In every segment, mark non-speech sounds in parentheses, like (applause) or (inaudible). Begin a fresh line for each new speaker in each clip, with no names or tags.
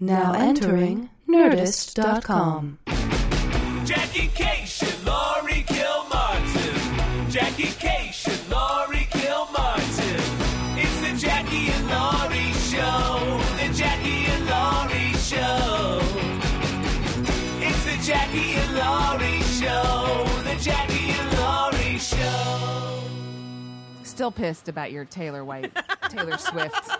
Now entering Nerdist.com.
Jackie Cation, Laurie Kilmartin. Jackie Cation, Laurie Kilmartin. It's the Jackie and Laurie Show. The Jackie and Laurie Show. It's the Jackie and Laurie Show. The Jackie and Laurie Show.
Still pissed about your Taylor White, Taylor Swift.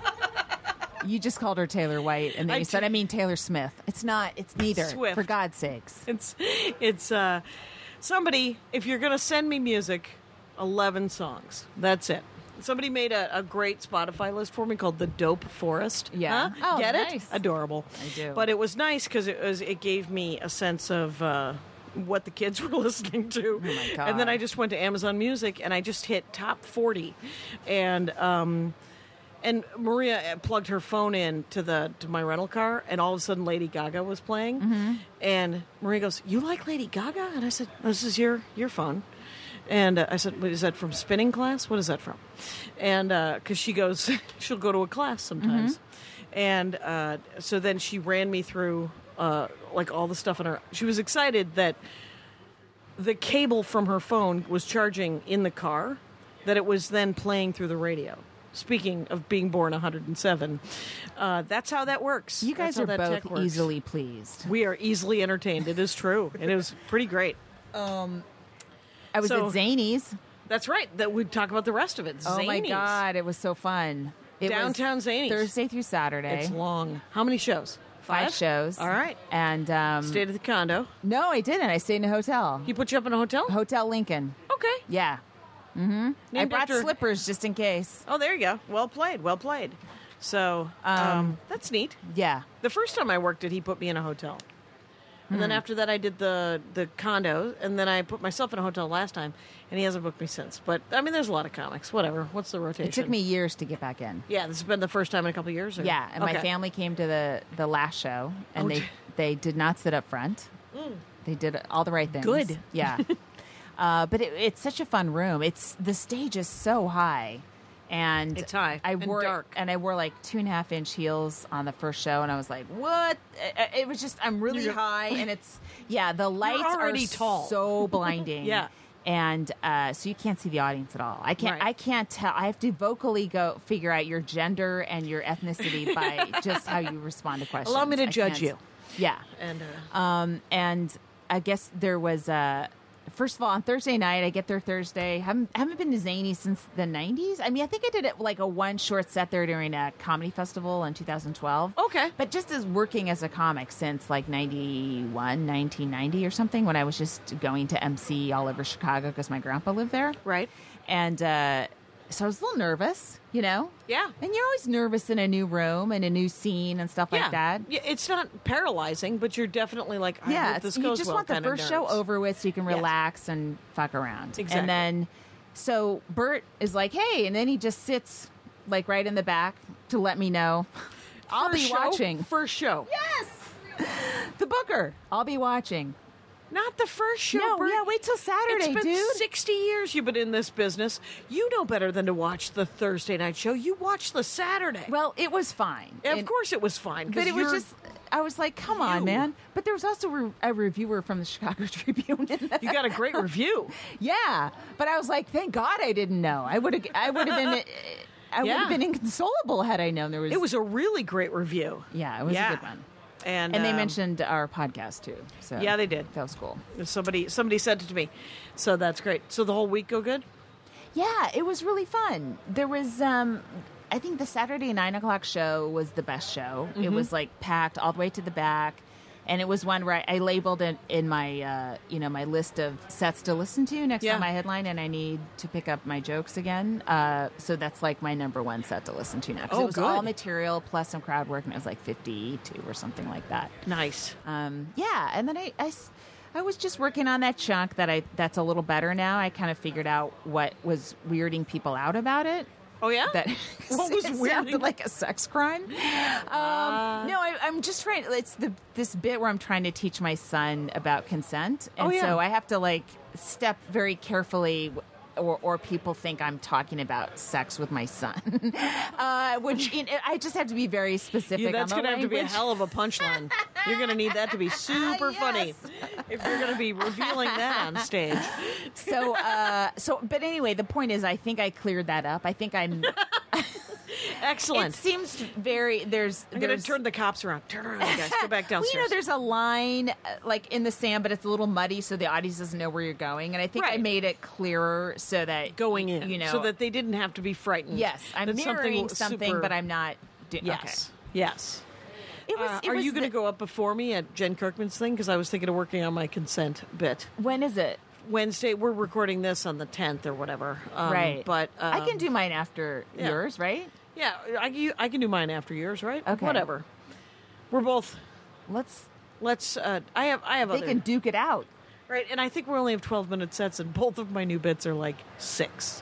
You just called her Taylor White, and then
I
you said,
did.
"I mean Taylor Smith." It's not. It's neither.
Swift.
For God's sakes.
(laughs) It's it's uh somebody if you're gonna send me music, eleven songs. That's it. Somebody made a, a great Spotify list for me called the Dope Forest.
Yeah.
Huh?
Oh,
get
nice.
it? Adorable.
I do.
But it was nice because it was it gave me a sense of uh, what the kids (laughs) were listening to.
Oh
(laughs) And then
God.
I just went to Amazon Music and I just hit top forty, and um, and Maria uh, plugged her phone in to the to my rental car, and all of a sudden Lady Gaga was playing, and Maria goes, "You like Lady Gaga?" And I said, "Oh, "This is your your phone." And uh, I said, "What is that from spinning class? What is that from?" And because she goes, (laughs) she'll go to a class sometimes, and uh, so then she ran me through uh, like all the stuff in her. She was excited that the cable from her phone was charging in the car that it was then playing through the radio speaking of being born 107 uh, that's how that works
You guys
That's how
are
that tech
both
works.
easily pleased.
we are easily entertained it is true and it was pretty great
I was
So-
at Zanies.
that's right that we talk about the rest of it
Oh my
Zanies.
God, it was so fun. It was
Downtown Zanies.
Thursday through Saturday.
it's long how many shows
Five shows.
all right
And um,
stayed at the condo
no, I didn't. I stayed in a hotel.
he put you up in a hotel
Hotel Lincoln.
okay
Yeah. I
Named
brought
after-
slippers just in case.
oh there you go well played well played so um, that's neat
Yeah.
The first time I worked it, he put me in a hotel. And
Hmm.
then after that, I did the the condo, and then I put myself in a hotel last time, and he hasn't booked me since. But I mean, there's a lot of comics. Whatever. What's the rotation?
It took me years to get back in.
Yeah, this has been the first time in a couple of years. Or...
Yeah, and my
Okay.
family came to the the last show, and
Oh,
they
dear.
they did not sit up front. They did all the right things.
Good. (laughs)
yeah. uh, but it, it's such a fun room. It's the stage is so high, and
It's high
I
and
wore
dark.
and I wore like two and a half inch heels on the first show, and I was like, "What?" I- I- It was just I'm really high, and it's yeah. The lights
already
are
tall.
so blinding.
(laughs) Yeah.
And uh, so you can't see the audience at all. I can't.
Right.
I can't tell. I have to vocally go figure out your gender and your ethnicity
(laughs)
by just how you respond to questions.
me to
I can't-
judge you.
Yeah.
And uh,
Um, and I guess there was Uh, First of all, on Thursday night, I get there Thursday. Haven't haven't been to Zany since the '90s. I mean, I think I did it like a one short set there during a comedy festival in 2012.
Okay.
but just as working as a comic since like 91, 1990 or something, when I was just going to MC all over Chicago because my grandpa lived there.
right.
And uh, so I was a little nervous, you know?
Yeah.
And you're always nervous in a new room and a new scene and stuff
yeah.
like that.
Yeah, it's not paralyzing, but you're definitely like, I
Yeah,
hope this
you
goes
just
well
want the
kinda
first show
nerves.
over with so you can
Yes.
relax and fuck around.
Exactly.
And then, so Bert is like, hey, and then he just sits like right in the back to let me know. I'll
First
be
show,
watching.
First show.
(laughs) The booker. I'll be watching.
Not the first show.
No,
Bert.
yeah, wait till Saturday,
It's been
dude.
60 years you've been in this business. You know better than to watch the Thursday night show. You watch the Saturday.
Well, it was fine.
And of
And-
course it was fine. 'cause
But it was
you're-
just, I was like, come on,
you.
man. But there was also re- a reviewer from the Chicago (laughs) Tribune in the
(laughs) You got a great review.
(laughs) Yeah, but I was like, thank God I didn't know. I would have. I would have
(laughs)
been. I would
Yeah.
have been inconsolable had I known there was.
It was a really great review.
Yeah, it was
Yeah.
a good one.
And,
And they
um,
mentioned our podcast too. So
Yeah, they did.
That was cool.
somebody somebody said it to me. So that's great. So the whole week go good?
Yeah, it was really fun. There was. um I think the Saturday nine o'clock show was the best show. It
Mm-hmm.
was like packed all the way to the back. And it was one where I, I labeled it in my, uh, you know, my list of sets to listen to next
Yeah.
time I headline, and I need to pick up my jokes again. Uh, so that's like my number one set to listen to now. 'Cause
Oh,
it was all
good.
material plus some crowd work, and it was like fifty-two or something like that.
Nice.
um, yeah and then I, I s- I was just working on that chunk that i that's a little better now i kind of figured out what was weirding people out about it
Oh yeah?
that (laughs)
(laughs) What was
it sounded
weirding- Uh.
like a sex crime um, no I, i'm just trying it's the this bit where i'm trying to teach my son about consent and
Oh, yeah.
so i have to like step very carefully or, or people think I'm talking about sex with my son, (laughs) uh, which
(laughs)
you know, I just have to be very specific.
Yeah, that's
on
going
the
to have to be a
language. Ah,
hell of a punchline. You're going to need that to
(laughs)
be super
Yes.
funny if you're going to be revealing that on stage.
(laughs) So, uh, so, but anyway, the point is, I think I cleared that up. I think
(laughs)
I'm. it
Excellent.
seems very there's.
I'm going to
there's
turn the cops around. Turn around, guys. Go back
(laughs) well,
downstairs.
you know, there's a line uh, like in the sand, but it's a little muddy, so the audience doesn't know where you're going. And I think I
Right.
made it clearer so that
going
y-
in,
you know,
so that they didn't have to be frightened.
yes, I'm
That's
mirroring something,
super-
but I'm not. Do-
yes, yes.
okay. it was.
Uh,
it
are
was
you going to
the-
go up before me at Jen Kirkman's thing? Because I was thinking of working on my consent bit.
When is it?
Wednesday, we're recording this on the 10th or whatever. Um,
right,
But
I can
um,
do mine after
yeah.
yours, right?
Yeah, I, can- I can do mine after yours, right?
Okay.
Whatever. We're both.
Let's.
Let's. Uh, I have. I have.
They
other,
can duke it out.
right, and I think we only have twelve minute sets, and both of my new bits are like six,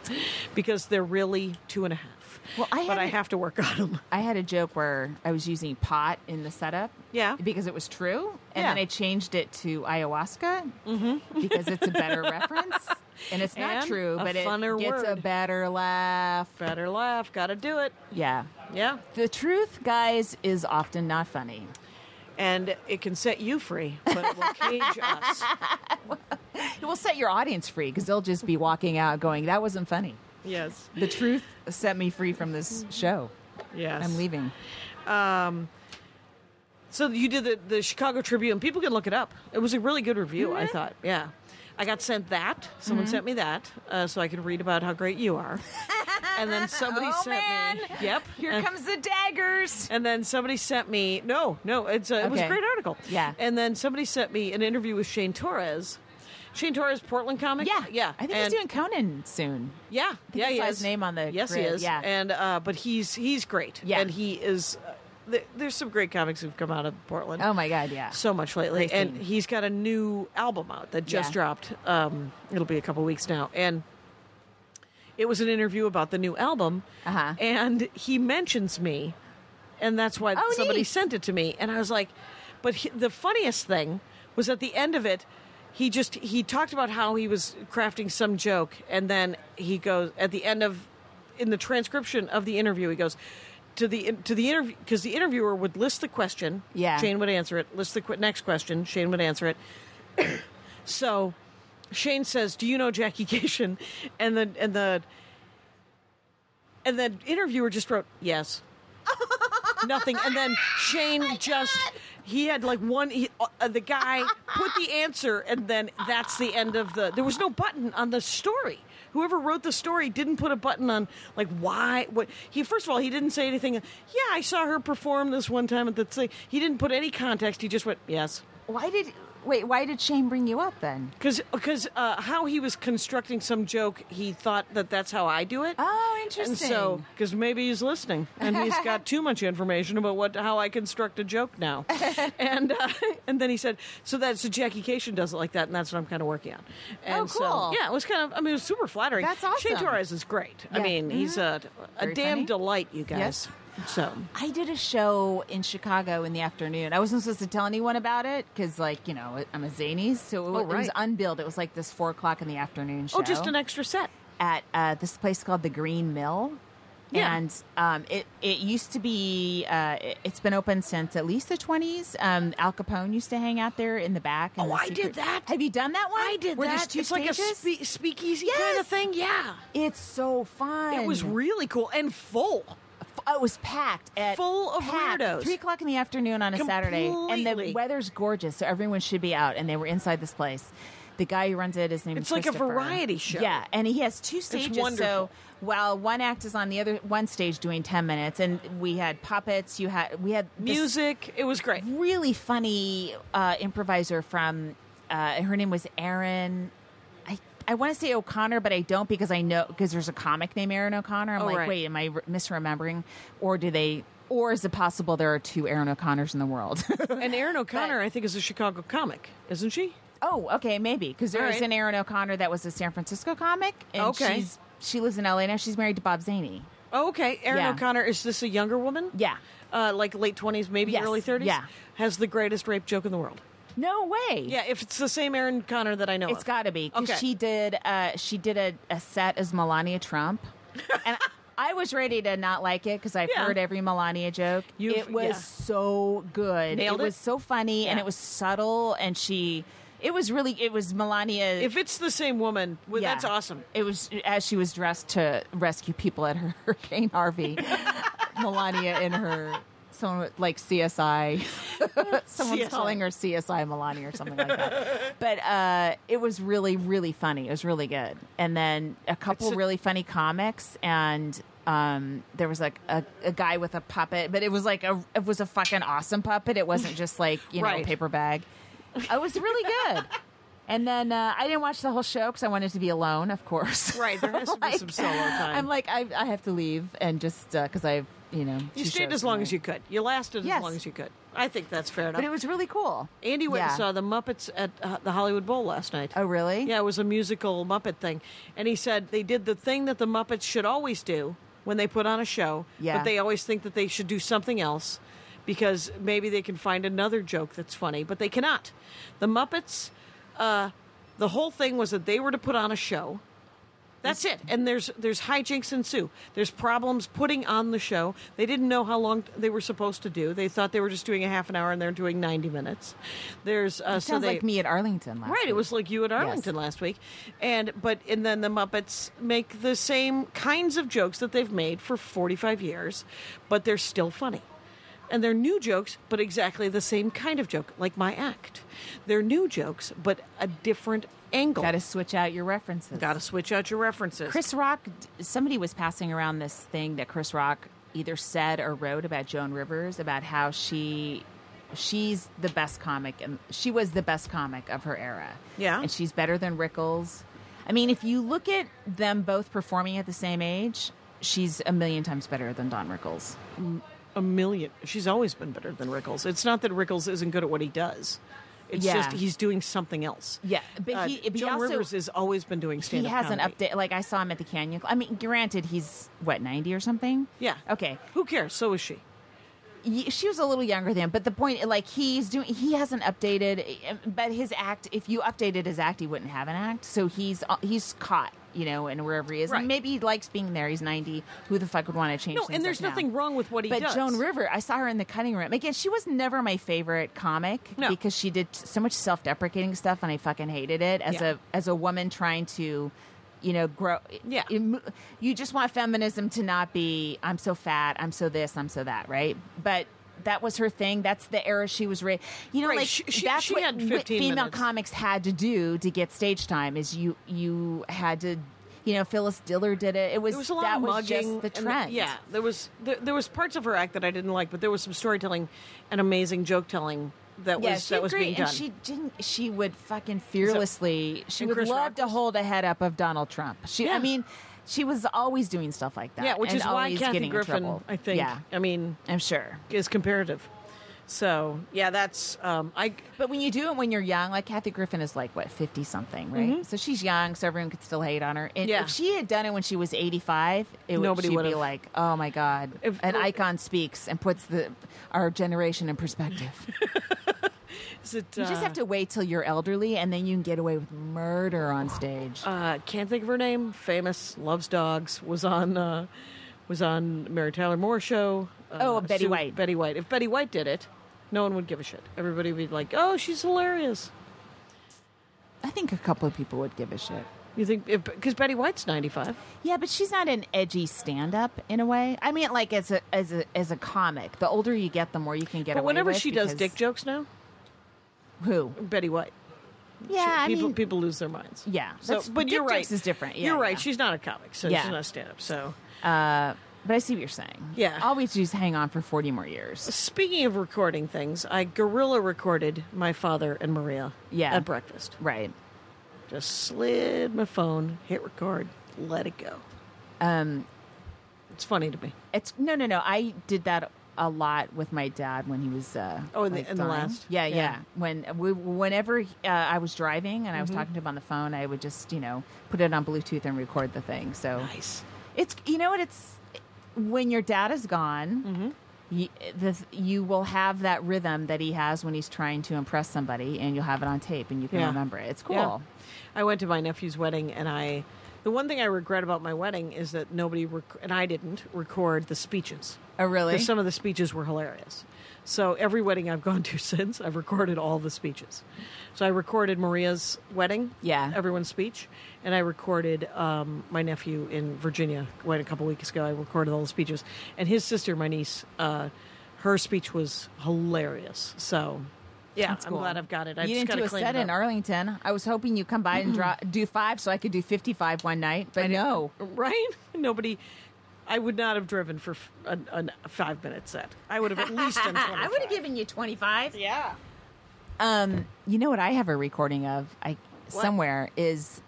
because they're really two and a half.
Well, I
but I
haven't-
have to work (laughs) on them.
I had a joke where I was using pot in the setup.
Yeah.
Because it was true. And
Yeah. Mm-hmm.
then I changed it to ayahuasca
(laughs)
because it's a better reference. And it's not
And
true,
a
but it
funner
gets a
word.
better laugh.
Better laugh. Got to do it.
Yeah.
Yeah,
The truth, guys, is often not funny.
and it can set you free, but it will
(laughs)
cage us.
It will set your audience free because they'll just be walking out going, that wasn't funny.
Yes.
The truth set me free from this show.
Yes.
I'm leaving.
So you did the, the Chicago Tribune. People can look it up. It was a really good review, I
Mm-hmm.
thought. Yeah. I got sent that. Someone sent me that uh, so I could read about how great
(laughs)
you are. and then somebody
Oh,
sent me.
man.
Yep.
Here
and,
comes the daggers.
and then somebody sent me. No, no. It's a, It was a
Okay.
great article.
Yeah.
And then somebody sent me an interview with Shane Torres. Shane Torres, Portland comic.
Yeah.
Yeah.
I think
and,
he's doing Conan soon.
Yeah, yeah,
I
he
saw
is.
his name on the
Yes, he
grid,
is.
yeah.
and uh, but he's he's great.
Yeah.
and he is. Uh, th- there's some great comics who've come out of Portland.
Oh, my God. Yeah.
so much lately,
Great
and
scene.
he's got a new album out that just
Yeah.
dropped. Um, it'll be a couple weeks now, and it was an interview about the new album,
Uh-huh.
and he mentions me, and that's why
Oh,
somebody
neat.
sent it to me, and I was like, but he, the funniest thing was at the end of it. He just he talked about how he was crafting some joke, and then he goes at the end of in the transcription of the interview, he goes to the to the interview because the interviewer would list the question.
Yeah.
Shane would answer it. List the qu- next question. Shane would answer it. (coughs) so Shane says, "Do you know Jackie Cation?" (laughs) And the and the and the interviewer just wrote yes. Nothing. And then Shane just he had like one he, uh, the guy put the answer and then that's the end of the there was no button on the story. Whoever wrote the story didn't put a button on like why what he first of all he didn't say anything. Yeah, I saw her perform this one time at the thing. He didn't put any context. He just went yes.
Why did wait? Why did Shane bring you up then?
Because because uh, how he was constructing some joke, he thought that that's how I do it.
Oh,
And
interesting.
so, because maybe he's listening, and he's
(laughs)
got too much information about what how I construct a joke now, and uh, and then he said, so that's so Jackie Cation does it like that, and that's what I'm kind of working on. And
Oh, cool.
So, yeah, it was kind of. I mean, it was super flattering.
That's
Shane
awesome.
Torres is great. I
Yeah. Mm-hmm.
mean, he's a a
Very
damn
funny.
delight, you guys. So
I did a show in Chicago in the afternoon. I wasn't supposed to tell anyone about it because, like, you know, I'm a zany, so it,
Oh,
it was
right.
unbilled. It was like this four o'clock in the afternoon show.
oh, just an extra set.
at uh, this place called the Green Mill.
Yeah.
And um, it, it used to be, uh, it, it's been open since at least the 20s. Um, Al Capone used to hang out there in the back. in
Oh,
the
I did
secret-
that.
Have you done that one?
I did
Where
that.
There's two
it's
stages?
like a spe- speakeasy kind
Yes.
of thing. Yeah.
It's so fun.
It was really cool and full.
Oh, it was packed at
Full of
packed,
weirdos.
Three o'clock in the afternoon on a Saturday, and the
Completely.
weather's gorgeous, so everyone should be out. And they were inside this place. The guy who runs it, his name
It's
is
like a
Christopher.
variety show.
Yeah, and he has two stages.
wonderful.
So while one act is on the other one stage doing ten minutes, and we had puppets, you had we had this
Music. It was (laughs) great.
really funny uh, improviser from uh, her name was Erin. I I want to say O'Connor, but I don't because I know because there's a comic named Erin O'Connor. I'm
Oh,
like,
right.
wait, am I re- misremembering, or do they, or is it possible there are two Erin O'Connors in the world? (laughs)
And Erin O'Connor, I think, is a Chicago comic, isn't she?
oh, okay, maybe because there
All
was
right.
an Erin O'Connor that was a San Francisco comic, and
Okay.
she's she lives in LA now. She's married to Bob Zaney.
Oh, okay. Erin
Yeah.
O'Connor, is this a younger woman?
Yeah.
Uh, like late 20s, maybe
Yes.
early 30s?
Yeah.
Has the greatest rape joke in the world.
No way.
Yeah, if it's the same Aaron Connor that I know
It's
of.
got to be 'cause
Okay.
she did. Uh, she did a, a set as Melania
(laughs)
Trump, and I was ready to not like it because I've
Yeah.
heard every Melania joke.
You've-
it was
yeah.
so good.
Nailed it?
was so funny and
Yeah.
it was subtle, and she. It was really. It was Melania.
if it's the same woman, well,
Yeah.
that's awesome.
It was as she was dressed to rescue people at her (laughs) Hurricane
(laughs)
Harvey. Melania in her someone with, like CSI. (laughs) Someone's
CSI.
calling her CSI Melania or something like that. But uh, it was really, really funny. It was really good. And then a couple
It's a-
really funny comics and. Um, there was like a, a guy with a puppet, but it was like a it was a fucking awesome puppet. It wasn't just like you know
Right.
paper bag. It was really good. (laughs) And then uh, I didn't watch the whole show because I wanted to be alone, of course.
Right, there has to
(laughs)
be some solo time.
I'm like, I, I have to leave and just because I've, you know.
You
two
stayed
shows
as long
tonight.
as you could. You lasted
Yes.
as long as you could. I think that's fair enough.
But it was really cool.
Andy went
Yeah.
and saw the Muppets at uh, the Hollywood Bowl last night.
Oh, really?
Yeah, it was a musical Muppet thing. And he said they did the thing that the Muppets should always do when they put on a show,
Yeah.
but they always think that they should do something else because maybe they can find another joke that's funny, but they cannot. The Muppets, uh, the whole thing was that they were to put on a show. That's it. And there's there's hijinks ensue. There's problems putting on the show. They didn't know how long they were supposed to do. They thought they were just doing a half an hour, and they're doing ninety minutes. There's uh, so
Sounds
they,
like me at Arlington last
Right, it was like you at Arlington last week, and but and then the Muppets make the same kinds of jokes that they've made for forty five years, but they're still funny, and they're new jokes, but exactly the same kind of joke, like my act. They're new jokes, but a different angle.
Got to switch out your references.
Got to switch out your references.
Chris Rock, somebody was passing around this thing that Chris Rock either said or wrote about Joan Rivers about how she she's the best comic and she was the best comic of her era.
Yeah.
And she's better than Rickles. I mean, if you look at them both performing at the same age, she's a million times better than Don Rickles.
a million. She's always been better than Rickles. It's not that Rickles isn't good at what he does. It's
Yeah.
just he's doing something else.
Yeah, but
Uh,
he- but he
Joan
also-
Rivers has always been doing
he
stand-up.
hasn't
comedy.
updated. Like I saw him at the Canyon. Cl- I mean, granted, he's what ninety or something.
Yeah.
Okay.
Who cares? So is she.
Ye- she was a little younger then but the point like he's doing he hasn't updated eh, but his act if you updated his act he wouldn't have an act so he's uh, he's caught you know and wherever he is
Right.
and maybe he likes being there he's 90 who the fuck would want to change
No,
things
and
up
there's
now?
nothing wrong with what he
but
does.
Joan River, I saw her in the cutting room. Again, she was never my favorite comic
No.
because she did so much self-deprecating stuff, and I fucking hated it as
Yeah.
a as a woman trying to, you know, grow.
Yeah.
you, you just want feminism to not be I'm so fat, I'm so this, I'm so that, right? But that was her thing. That's the era she was raised. You know,
Right.
like
She- she-
that's
she
what
had
wi-
15
female
minutes.
comics had to do to get stage time. Is you you had to. You know, Phyllis Diller did it. It was,
There was a lot
that
of
was
mugging.
just the
and-
trend.
yeah, there was there, there was parts of her act that I didn't like, but there was some storytelling and amazing joke telling that
Yeah,
was
she
that was
great,
being done.
and she didn't. She would fucking fearlessly. She
and
would
Chris
love
Rock
to hold a head up of Donald Trump. She, I
Yeah.
mean, she was always doing stuff like that.
yeah, which
and
is why
always
Kathy
getting in
Griffin,
trouble.
I think.
Yeah,
I mean,
I'm sure.
is comparative. So yeah, that's um, I
But when you do it when you're young, like Kathy Griffin is like what fifty something, right? So she's young, so everyone could still hate on her. And
Mm-hmm. Yeah.
if she had done it when she was eighty five, it would
Nobody
she'd be
would've.
like, oh my god,
If-
an icon speaks and puts the our generation in
(laughs)
perspective.
is it.
you just
uh,
have to wait till you're elderly, and then you can get away with murder on stage.
uh, can't think of her name. Famous, loves dogs. Was on uh, was on Mary Tyler Moore show. Uh,
Oh, Betty
Sue-
White.
Betty White. If Betty White did it, no one would give a shit. Everybody would be like, "Oh, she's hilarious."
I think a couple of people would give a shit.
You think because Betty White's ninety five?
Yeah, but she's not an edgy stand-up in a way. I mean, like as a as a as a comic, the older you get, the more you can get
But
away
whenever
with
she does
because-
dick jokes now,
who?
Betty White.
Yeah, I
people
mean,
people lose their minds.
Yeah,
So,
that's-
but
dick
you're right.
jokes is different. Yeah,
you're right.
yeah.
She's not a comic, so
Yeah.
she's not stand up. So
but I see what you're saying.
Yeah.
all we have to do is hang on for forty more years.
speaking of recording things, I gorilla recorded my father and Maria.
Yeah.
at breakfast.
Right.
Just slid my phone, hit record, let it go.
Um.
It's funny to me.
It's no, no, no. I did that a lot with my dad when he was. Uh,
Oh, in the-
like,
in the
dying.
last?
Yeah, yeah.
Yeah.
When we, whenever uh, I was driving and I was
Mm-hmm.
talking to him on the phone, I would just you know put it on Bluetooth and record the thing. So
Nice. Mm-hmm.
It's you know what it's when your dad is gone, you, the, you will have that rhythm that he has when he's trying to impress somebody, and you'll have it on tape, and you can
Yeah.
remember it. It's cool.
Yeah. I went to my nephew's wedding, and I, the one thing I regret about my wedding is that nobody rec- and I didn't record the speeches.
Oh, really?
'Cause Some of the speeches were hilarious. So every wedding I've (laughs) gone to since, I've recorded all the speeches. So I recorded Maria's wedding,
Yeah.
everyone's speech, and I recorded um, my nephew in Virginia went a couple weeks ago. I recorded all the speeches, and his sister, my niece, uh, her speech was hilarious. So. Yeah,
That's
I'm
cool.
glad I've got it. I
you
just
didn't
gotta
do a
clean
set
it
in
up.
Arlington. I was hoping you come by
(clears throat)
and draw, do five so I could do 55 one night, but no.
right? (laughs) Nobody. I would not have driven for f- an, an, a five minute set. I would have at least
(laughs)
done.
I would
25.
have given you 25.
Yeah.
Um, you know what I have a recording of I somewhere is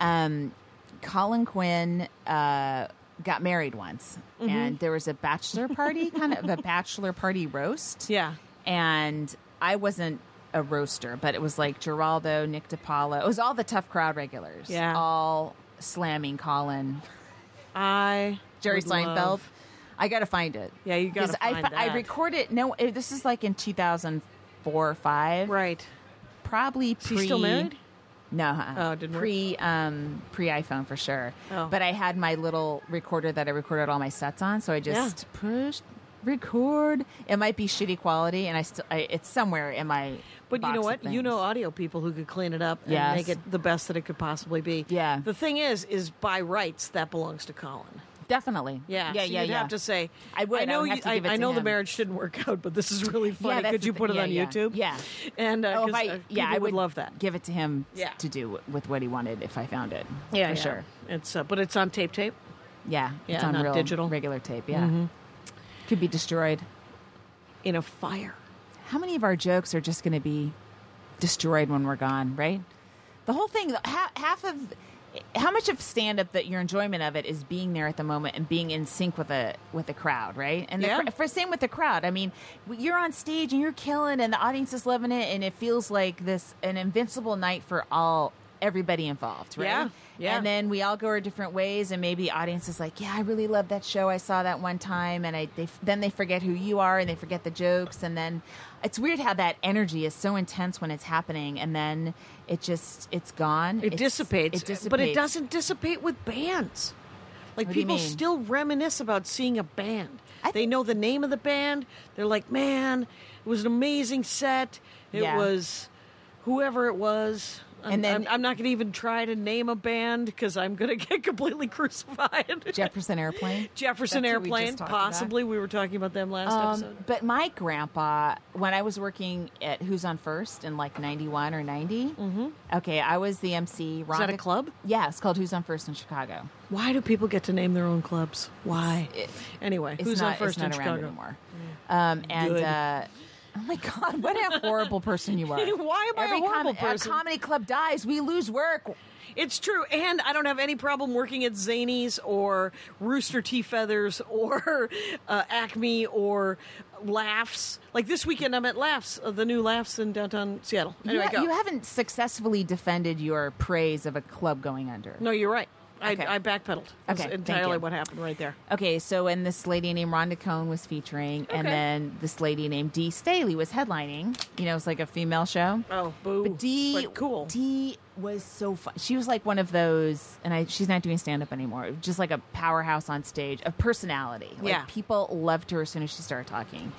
um, Colin Quinn uh, got married once,
Mm-hmm.
and there was a bachelor
(laughs)
party, kind of a bachelor party roast.
Yeah.
and I wasn't a roaster, but it was like Geraldo, Nick DiPaolo. It was all the tough crowd regulars.
Yeah.
all slamming Colin
I.
Jerry
would
Seinfeld.
love-
I got to find it.
Yeah, you gotta
'Cause I,
find
fi- I
that.
record it. No, eh, this is like in 2004 or 5.
Right.
Probably
Is
pre.
he still married?
No. uh-uh.
Oh, it didn't work?
pre, Um, pre iPhone for sure.
Oh.
But I had my little recorder that I recorded all my sets on, so I just pushed record. It might be shitty quality, and I still I, it's somewhere in my.
But you
box
know
of
what? You
things.
know audio people who could clean it up and
Yes.
make it the best that it could possibly be.
Yeah.
The thing is, is by rights that belongs to Colin.
definitely.
Yeah.
yeah,
so
yeah.
You'd
yeah.
have to say.
I would.
I
I
know.
would have
you-
to give it
I
to
know the
him.
marriage didn't work out, but this is really funny.
that's
could
the
you
thi-
put it
yeah,
on
yeah.
YouTube?
Yeah.
And uh,
oh,
'cause,
if I,
uh,
yeah,
people
I would
love that.
Give it to him
Yeah.
to do with what he wanted if I found it. for sure.
It's uh, but it's on tape tape.
Yeah,
Yeah,
it's on
not
real
digital. Mm-hmm.
regular tape. Yeah, could be destroyed.
in a fire.
How many of our jokes are just going to be destroyed when we're gone? Right. The whole thing. Half, half of how much of stand up that your enjoyment of it is being there at the moment and being in sync with a with the crowd, right? And the,
Yeah.
cr- for same with the crowd. I mean, w- you're on stage and you're killing, and the audience is loving it, and it feels like this an invincible night for all everybody involved, right?
Yeah. Yeah.
And then and we all go our different ways and maybe the audience is like yeah i really love that show i saw that one time and i they, then they forget who you are and they forget the jokes and then it's weird how that energy is so intense when it's happening and then it just it's gone
It
It's-
dissipates,
it dissipates
but it doesn't dissipate with bands. Like
What do you
people
mean?
still reminisce about seeing a band.
I
they
think-
know the name of the band. They're like, man, it was an amazing set. It
Yeah.
was whoever it was. I'm,
And then-
I'm, I'm not going to even try to name a band because I'm going to (laughs) get completely crucified.
jefferson airplane
(laughs) Jefferson
That's who we just
Airplane,
talked
possibly. We were talking about them last
Um,
episode.
But my grandpa, when I was working at Who's on First in like '91 or '90, mm-hmm. okay, I was the MC. Rhonda,
that a club?
Yeah, it's called Who's on First in Chicago.
Why do people get to name their own clubs? Why? anyway,
It's
who's
not,
on first
it's not
in
around
Chicago? Mm.
anymore. Um, and
Good.
uh, oh my god, what a horrible person you are!
(laughs) Why am I a
Every
horrible
com- our
person?
comedy club dies, we lose work.
It's true, and I don't have any problem working at Zanies or Rooster Tea Feathers or (laughs) uh, Acme or Laughs. Like this weekend, I'm at Laughs, uh, the new Laughs in downtown Seattle. Anyway,
you, ha-
go.
you haven't successfully defended your praise of a club going under.
no, you're right. I,
Okay.
I backpedaled. That's
Okay, thank
entirely
you.
what happened right there.
Okay, so and this lady named Rhonda Cohn was featuring, and
Okay.
then this lady named Dee Staley was headlining. You know, it's like a female show.
Oh, boo!
But Dee,
But cool.
Dee was so fun. She was like one of those, and I, she's not doing stand up anymore. Just like a powerhouse on stage of personality. Like
Yeah. Mm-hmm.
people loved her as soon as she started talking.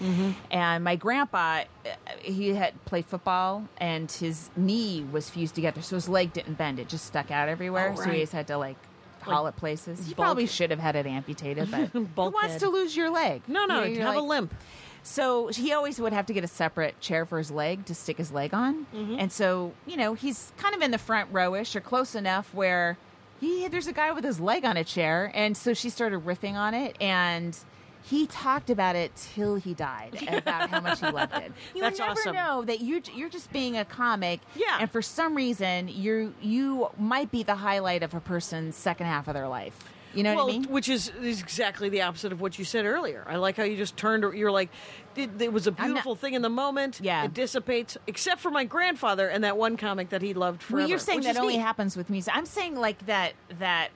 And my grandpa, uh, he had played football, and his knee was fused together, so his leg didn't bend; it just stuck out everywhere.
Oh,
So
right.
he just had to like. Haul it places. He
bulk-
probably should have had it amputated,
(laughs)
but who wants
Bulkhead.
to lose your leg?
no, no,
You know, you're
have a
like-
limp.
so he always would have to get a separate chair for his leg to stick his leg on.
Mm-hmm.
And so, you know, he's kind of in the front rowish or close enough where he there's a guy with his leg on a chair. And so she started riffing on it and he talked about it till he died about how much he loved
(laughs)
it. You
That's
never
awesome.
know that you you're just being a comic,
Yeah.
And for some reason, you you might be the highlight of a person's second half of their life. You know
well,
what I mean?
which is, is exactly the opposite of what you said earlier. I like how you just turned. You're like, it, it was a
not-
beautiful thing in the moment.
Yeah.
it dissipates. Except for my grandfather and that one comic that he loved forever.
Well, you're saying
which
that
is
only
neat.
happens with music. I'm saying like that that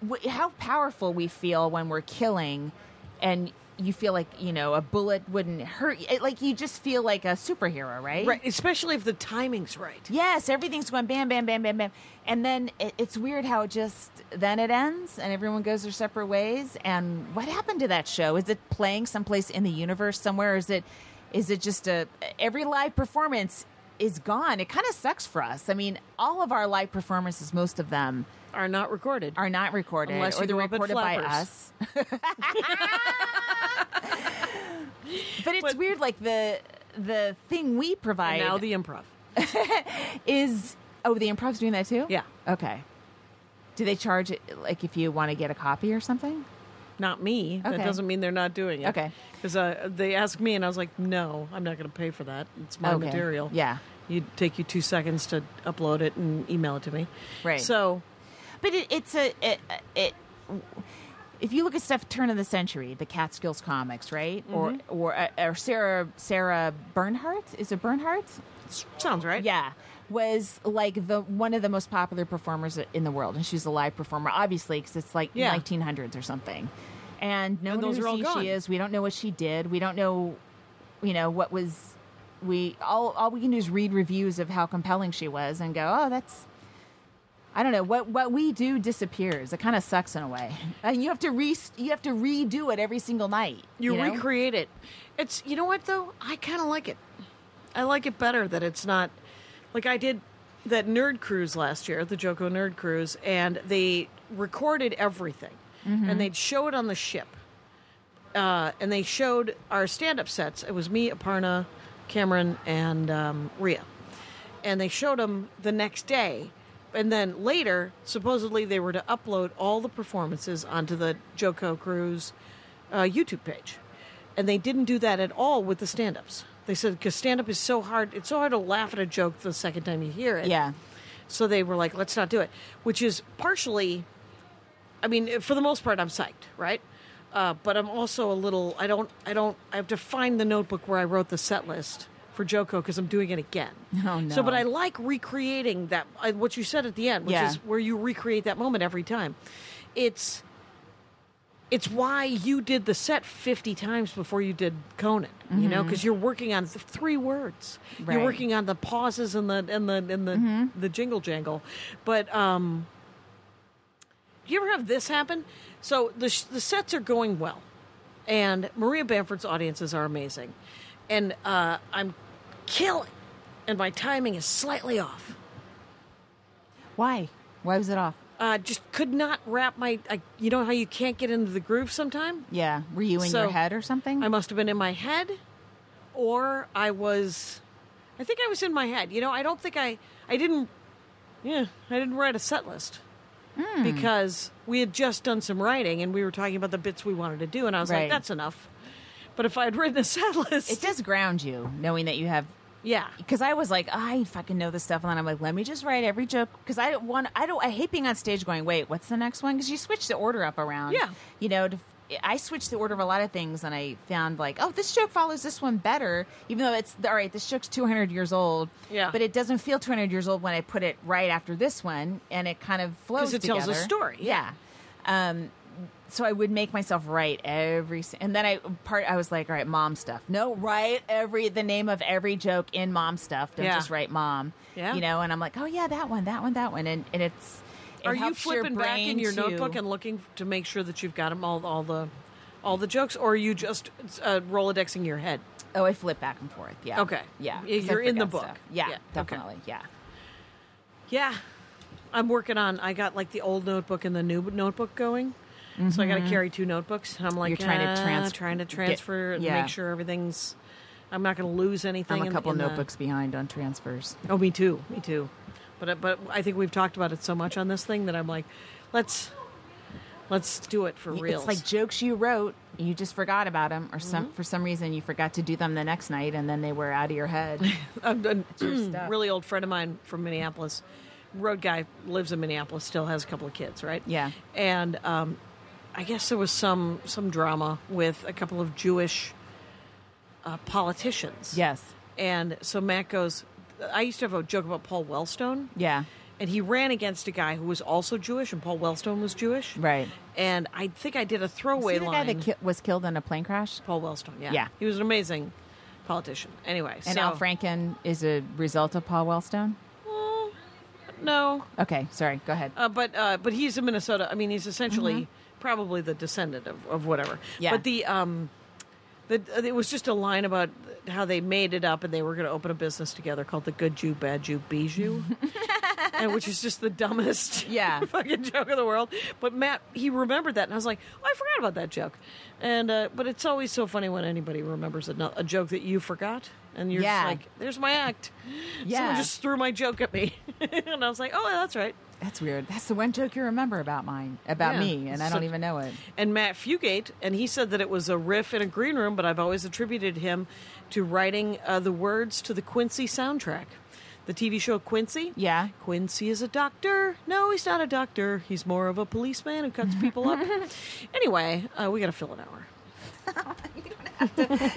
w- how powerful we feel when we're killing, and you feel like you know a bullet wouldn't hurt you. It- like you just feel like a superhero, right?
Right, especially if the timing's right.
Yes, everything's going bam, bam, bam, bam, bam, and then it, it's weird how it just then it ends and everyone goes their separate ways. And what happened to that show? Is it playing someplace in the universe somewhere? Is it is it just a every live performance is gone? It kind of sucks for us. I mean, all of our live performances, most of them,
Are not recorded.
are not recorded
Unless
or
you
they're
grew up at
recorded by
Flappers.
us. (laughs) but it's
But-
weird like the the thing we provide
And now the improv.
is oh the improv's doing that too?
Yeah.
Okay. Do they charge it like if you want to get a copy or something?
Not me.
Okay.
That doesn't mean they're not doing it.
Okay.
Because uh, they asked me, and I was like, no, I'm not going to pay for that. It's my
Okay.
material.
Yeah.
You'd take you two seconds to upload it and email it to me.
Right.
So,
But it, it's a it, it. If you look at stuff turn of the century, the Catskills comics, right? Or or uh, or Sarah Sarah Bernhardt is it Bernhardt?
sounds right.
(laughs) Yeah, was like the one of the most popular performers in the world, and she's a live performer, obviously, because it's like
Yeah.
1900s or something. And no
And
one
those
knows
are all
who
gone.
she is. We don't know what she did. We don't know, you know, what was. We all all we can do is read reviews of how compelling she was and go, oh, that's. I don't know what what we do disappears. It kind of sucks in a way, and you have to re you have to redo it every single night.
You,
know?
recreate it. It's, you know what, though? I kind of like it. I like it better that it's not, like, I did that nerd cruise last year, the Joko Nerd Cruise, and they recorded everything, and they'd show it on the ship. uh, and they showed our stand-up sets. It was me, Aparna, Cameron, and um, Rhea, and they showed them the next day. And then later, supposedly they were to upload all the performances onto the Joko Cruise uh, YouTube page, and they didn't do that at all with the stand-ups. They said because stand-up is so hard, it's so hard to laugh at a joke the second time you hear it.
Yeah.
So they were like, let's not do it, which is partially, I mean, for the most part, I'm psyched, right? Uh, but I'm also a little, I don't, I don't, I have to find the notebook where I wrote the set list for Joko because I'm doing it again.
(laughs) Oh, no.
So, but I like recreating that, I- what you said at the end, which
Yeah.
is where you recreate that moment every time. It's, it's why you did the set 50 times before you did Conan, you know, because you're working on th- three words.
Right.
You're working on the pauses and the and the and the the jingle jangle, but um, you ever have this happen? So the sh- the sets are going well, and Maria Bamford's audiences are amazing, and uh, I'm killing, and my timing is slightly off.
Why? Why was it off?
Uh, just could not wrap my. I, you know how you can't get into the groove sometime.
Yeah, were you in
So,
your head or something?
I must have been in my head, or I was. I think I was in my head. You know, I don't think I. I didn't. Yeah, I didn't write a set list
Hmm.
because we had just done some writing and we were talking about the bits we wanted to do, and I was
Right.
like, "That's enough." But if I had written a set (laughs) list,
it does ground you knowing that you have
yeah,
because I was like, I fucking know this stuff, and then I'm like, let me just write every joke because I don't want, I don't, I hate being on stage going, wait, what's the next one? Because you switch the order up around,
Yeah.
You know, to, I switched the order of a lot of things, and I found like, oh, this joke follows this one better, even though it's all right. This joke's 200 years old,
Yeah.
but it doesn't feel 200 years old when I put it right after this one, and it kind of flows
'Cause it tells a
together.
story,
yeah. Um, so I would make myself write every, si- and then I part I was like, all right, mom stuff. No, write every the name of every joke in mom stuff. Don't
Yeah.
just write mom.
Yeah.
you know. And I'm like, oh yeah, that one, that one, that one, and and it's. It
are you
helps your
flipping back in
brain
your
to-
notebook and looking to make sure that you've got them all, all the, all the jokes, or are you just uh, rolodexing your head?
oh, I flip back and forth. Yeah.
Okay.
Yeah.
Y-
'Cause I
you're in the
forget
book.
stuff. Yeah,
Yeah. Okay.
Definitely. Yeah.
Yeah. I'm working on I got like the old notebook and the new notebook going. So I got to carry two notebooks. And I'm like
Mm-hmm. You're trying to
"Ah,
trans-
trying to
get-
transfer and
yeah.
make sure everything's I'm not going to lose anything.
I'm a
in-
couple
in the-
notebooks behind on transfers.
oh, me too. Me too. But I- but I think we've talked about it so much on this thing that I'm like let's let's do it for real.
It's like jokes you wrote, you just forgot about them, or some
Mm-hmm.
for some reason you forgot to do them the next night, and then they were out of your
(laughs)
head.
a, a (clears throat)
stuff.
really old friend of mine from Minneapolis, road guy, lives in Minneapolis, still has a couple of kids, right?
Yeah.
And um, I guess there was some some drama with a couple of Jewish uh, politicians.
yes.
And so Matt goes, I used to have a joke about Paul Wellstone.
Yeah.
and he ran against a guy who was also Jewish, and Paul Wellstone was Jewish,
Right.
And I think I did a throwaway
See the guy
line.
that ki- was killed in a plane crash?
Paul Wellstone, yeah,
Yeah.
he was an amazing politician. Anyway,
And
so,
Al Franken is a result of Paul Wellstone?
Mm, no,
Okay, sorry. Go ahead.
(laughs) Uh, but uh, but he's a Minnesota. I mean, he's essentially probably the descendant of, of whatever.
Mm-hmm. Yeah.
But the um, the uh, it was just a line about how they made it up and they were going to open a business together called the Good Jew Bad Jew
(laughs)
Bijou, and which is just the dumbest
Yeah.
(laughs) fucking joke in the world. But Matt he remembered that and I was like, oh, I forgot about that joke. And uh, but it's always so funny when anybody remembers a, a joke that you forgot and you're
Yeah.
just like, there's my act.
Yeah.
Someone just threw my joke at me, (laughs) and I was like, oh, that's right.
That's weird. That's the one joke you remember about mine, about
Yeah.
me, and I
So-
don't even know
(laughs)
it.
and Matt Fugate, and he said that it was a riff in a green room, but I've always attributed him to writing uh, the words to the Quincy soundtrack. The TV show Quincy?
Yeah.
Quincy is a doctor. No, he's not a doctor. He's more of a policeman who cuts people
(laughs)
up. anyway, uh, we got to fill an hour.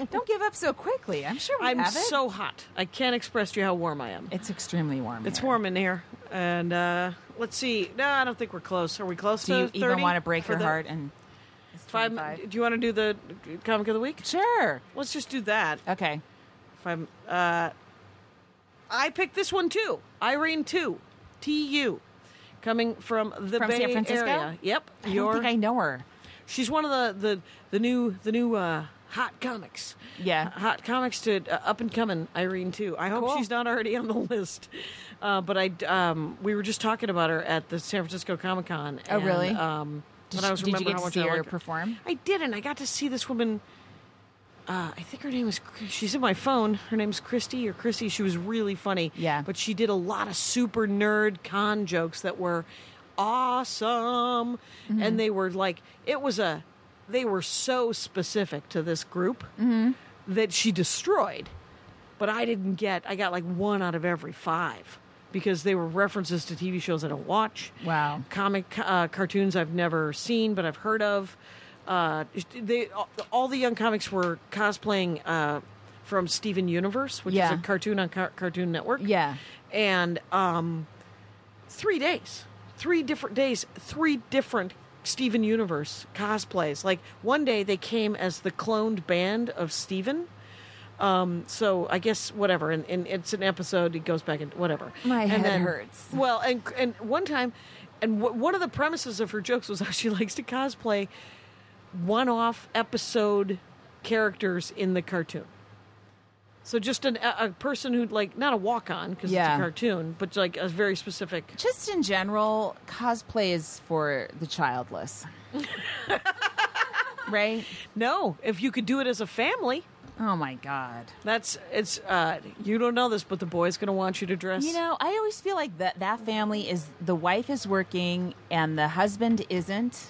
Don't give up so quickly. I'm sure we
I'm
have it.
so hot. I can't express to you how warm I am.
It's extremely warm.
It's
here.
warm in here. And uh, let's see. No, I don't think we're close. Are we close
Do
to
you even
30
want to break
for
your
the
heart and? It's
Five,
25.
do you want to do the comic of the week?
Sure.
Let's just do that.
Okay.
If I'm, uh, I picked this one too. Irene two, T U, coming from the
From
Bay
San Francisco?
Area. Yep,
I don't think I know her.
she's one of the the the new the new uh, hot comics.
Yeah.
hot comics to uh, up and coming Irene too. I hope
Cool.
she's not already on the (laughs) list. Uh, but I um, we were just talking about her at the San Francisco Comic Con.
Oh, really?
Um,
Did,
and I
you-
was
did you get
remembering how
to
much
see
I
her
liked
perform?
I didn't. I got to see this woman. Uh, I think her name is. She's in my phone. Her name's Christy or Chrissy. She was really funny.
Yeah.
But she did a lot of super nerd con jokes that were awesome,
Mm-hmm.
and they were like it was a. They were so specific to this group
Mm-hmm.
that she destroyed. But I didn't get. I got like one out of every five because they were references to TV shows I don't watch
Wow.
comic uh, cartoons I've never seen but I've heard of. Uh, they all- all the young comics were cosplaying uh, from Steven Universe, which
Yeah.
is a cartoon on Car- Cartoon Network.
Yeah.
and um, three days, three different days, three different Steven Universe cosplays. Like one day they came as the cloned band of Steven. Um, so I guess whatever, and, and it's an episode. It goes back and whatever.
My
and
head
then-
hurts.
Well, and and one time, and w- one of the premises of her jokes was how she (laughs) likes to cosplay one-off episode characters in the cartoon. So just an, a, a person who like not a walk-on because
Yeah.
it's a cartoon, but like a very specific.
Just in general, cosplay is for the
(laughs)
childless. right?
No, if you could do it as a family,
Oh my god.
that's it's. Uh, you don't know this, but the boy's going to want you to dress.
You know, I always feel like that that family is the wife is working and the husband isn't,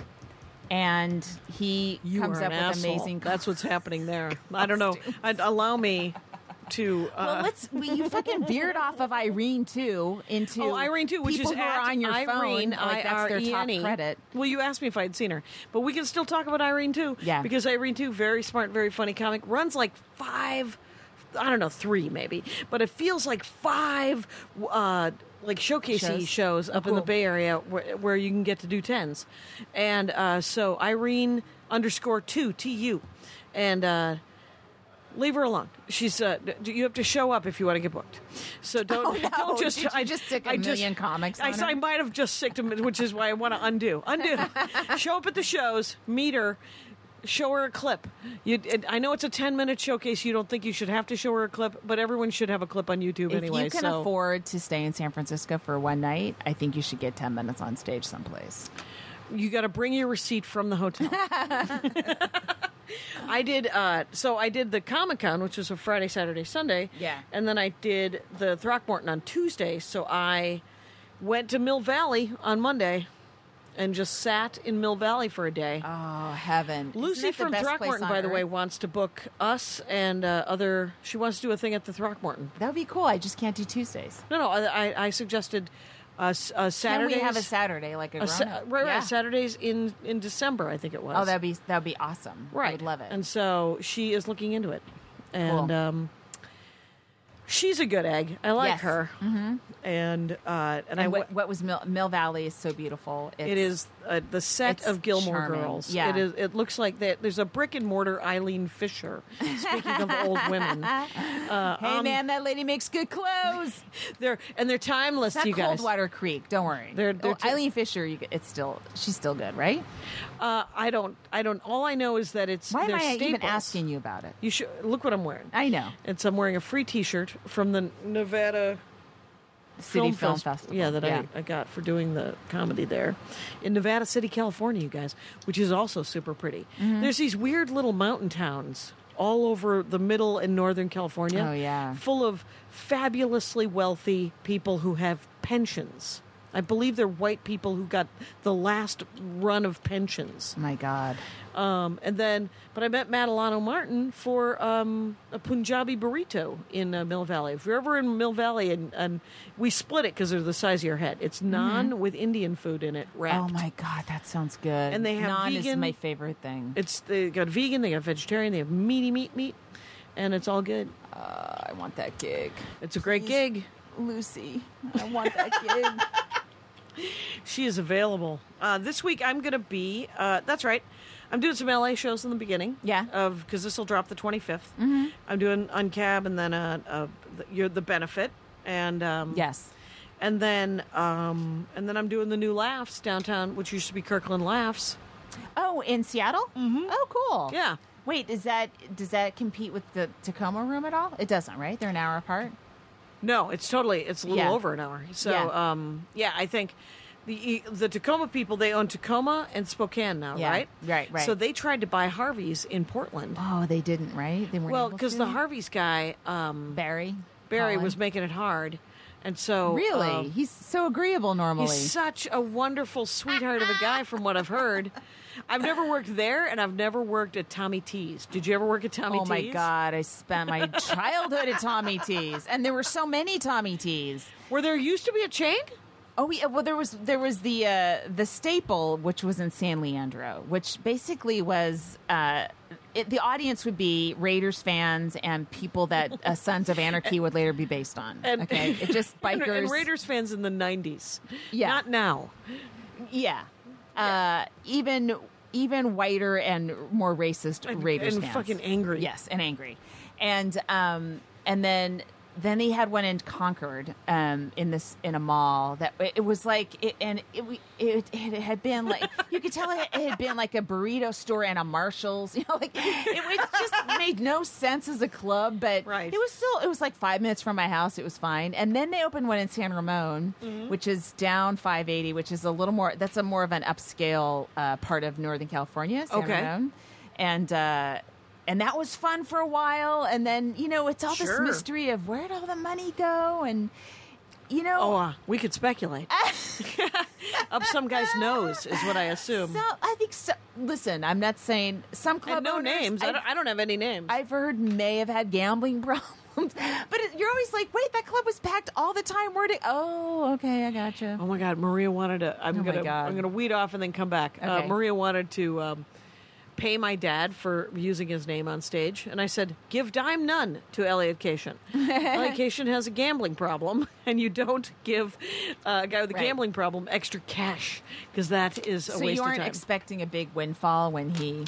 and he
you
comes
are
up
an
with
asshole.
amazing.
That's what's
(laughs)
happening there. I don't know. i allow me to. Uh,
Well, let's we, you fucking veered off of Irene too into
Oh, Irene too, which
people
is
who are
at
on your
Irene, uh,
phone. Like that's their top
I-R-E-N-E.
credit.
E Well, you asked me if I had seen her, but we can still talk about Irene too.
Yeah.
because Irene too, very smart, very funny comic, runs like five, I don't know, three maybe, but it feels like five. Uh, like showcasey
Shows? Oh,
shows, up in the
cool.
Bay Area where, where you can get to do tens, and uh, so Irene underscore two T U, and uh, leave her alone. She's uh, d- you have to show up if you want to get booked. So don't (laughs) don't just
Oh, Did you
I
just sick a
I just-
million comics
I,
on her?
I might have just sicked him, which is why I want to undo
(laughs)
undo. show up at the shows, meet her. Show her a clip. You, it, I know it's a ten-minute showcase. You don't think you should have to show her a clip, but everyone should have a clip on YouTube
If
anyway.
you can
so
afford to stay in San Francisco for one night, I think you should get ten minutes on stage someplace.
you got to bring your receipt from
(laughs)
the hotel. I did. Uh, so I did the Comic Con, which was a Friday, Saturday, Sunday.
Yeah.
And then I did the Throckmorton on Tuesday. So I went to Mill Valley on Monday, and just sat in Mill Valley for a day.
Oh heaven! Isn't
Lucy
it the
from
best place
Throckmorton,
on
by the
earth?
way, wants to book us and uh, other. She wants to do a thing at the Throckmorton.
that would be cool. I just can't do Tuesdays.
No, no. I, I- I suggested uh, s- uh,
Can
Saturdays.
we have a Saturday like a,
a
grown
Sa-
up?
right, right. Saturdays in in December, I think it was.
Oh, that'd be that'd be awesome.
Right.
I'd love it.
And so she is looking into it. And
Cool.
um she's a good egg. I like
Yes.
her. Mm-hmm. And uh, and, I
And
w-
what, what was Mill, Mill Valley is so beautiful. It's,
it is uh, the set
it's
of Gilmore
charming.
Girls.
Yeah.
It is. It looks like that. There's a brick and mortar Eileen Fisher. Speaking of old
(laughs)
women, uh,
Hey man, that lady makes good
(laughs)
clothes.
they're and they're timeless.
It's not
you guys.
Coldwater Creek. Don't worry.
They're- they're
Oh,
too-
Eileen Fisher. You, g- it's still she's still good, right?
Uh, I don't. I don't. All I know is that it's.
Why am
they're
I even
staples.
asking you about it?
You should look what I'm wearing.
I know
It's I'm wearing a free T-shirt from the Nevada
City Film,
Fest-
Festival.
Yeah, that I, I got for doing the comedy there in Nevada City, California, you guys, which is also super pretty.
Mm-hmm.
There's these weird little mountain towns all over the middle and northern California.
Oh, yeah.
Full of fabulously wealthy people who have pensions. I believe they're white people who got the last run of pensions.
My God.
Um, and then, but I met Madalano Martin for um, a Punjabi burrito in uh, Mill Valley. If you're ever in Mill Valley, and, and we split it because they're the size of your head. It's naan with Indian food in it
Mm-hmm. Oh
wrapped.
my God, that sounds good.
And they have
naan is
vegan-
my favorite thing.
It's they got vegan, they got vegetarian, they have meaty meat meat, and it's all good.
Uh, I want that gig,
It's a great gig.
Lucy. I want that gig.
She is available. Uh, this week I'm going to be, uh, that's right, I'm doing some LA shows in the beginning.
Yeah.
Of Because this will drop the 25th. Mm-hmm. I'm doing Uncab and then uh, uh, the, you're the Benefit. And um,
(laughs) yes.
and then um, and then I'm doing the new Laughs downtown, which used to be Kirkland Laughs.
Oh, in Seattle. Mm-hmm. Oh, cool.
Yeah.
Wait, does that does that compete with the Tacoma room at all? It doesn't, right? They're an hour apart.
No, it's totally it's a little
Yeah.
over an hour. So
Yeah.
yeah. um yeah, I think the e, the Tacoma people they own Tacoma and Spokane now,
Yeah.
right?
Right, right.
So they tried to buy Harvey's in Portland.
Oh, they didn't, right? They weren't.
Well,
able
because
to?
the Harvey's guy um,
Barry
Barry
Collin.
was making it hard, and so
Really?
um,
he's so agreeable normally.
He's such a wonderful sweetheart of a guy, from what I've heard. I've never worked there, and I've never worked at Tommy T's. Did you ever work at Tommy
oh
T's?
my God, I spent
(laughs)
my childhood at Tommy T's. And there were so many Tommy T's.
Where there used to be a chain? (laughs)
Oh yeah, well there was there was the uh, the staple which was in San Leandro, which basically was uh, it, the audience would be Raiders fans and people that uh,
(laughs)
Sons of Anarchy would later be based on.
And-
okay, it just
(laughs) And-
bikers.
And Raiders fans in the 90s.
Yeah.
Not now.
yeah, uh, even even whiter and more racist
And-
Raiders
and
fans.
fucking angry.
Yes, and angry, and um, and then then they had one in Concord, um, in this in a mall that it, it was like it, and it, we- it it had been like you could tell it, it had been like a burrito store and a Marshalls, (laughs) you know, like it, was just made no sense as a club, but
Right.
it was still it was like five minutes from my house, it was fine. And then they opened one in San Ramon, which is down 580, which is a little more that's a more of an upscale uh, part of Northern California. San
Okay.
Ramon. and. Uh, and that was fun for a while and then you know it's all this
Sure.
mystery of where'd all the money go and you know
Oh, uh, we could
(laughs)
speculate. Up some guy's nose is what I assume.
so i think so listen i'm not saying some club
and no
owners,
names. I
I've,
don't, I don't have any names.
I've heard may have had gambling (laughs) problems but it, you're always like wait that club was packed all the time where did oh okay i gotcha
Oh my God, Maria wanted to. I'm
Oh my
gonna.
God.
I'm gonna weed off and then come back.
Okay.
Uh, Maria wanted to um, pay my dad for using his name on stage, and I said, "Give dime none to
(laughs)
Elliot Cation. Elliot Cation has a gambling problem, (laughs) and you don't give uh, a guy with a
Right.
gambling problem extra cash because that is a
so
waste
you
of
aren't
time."
expecting a big windfall when he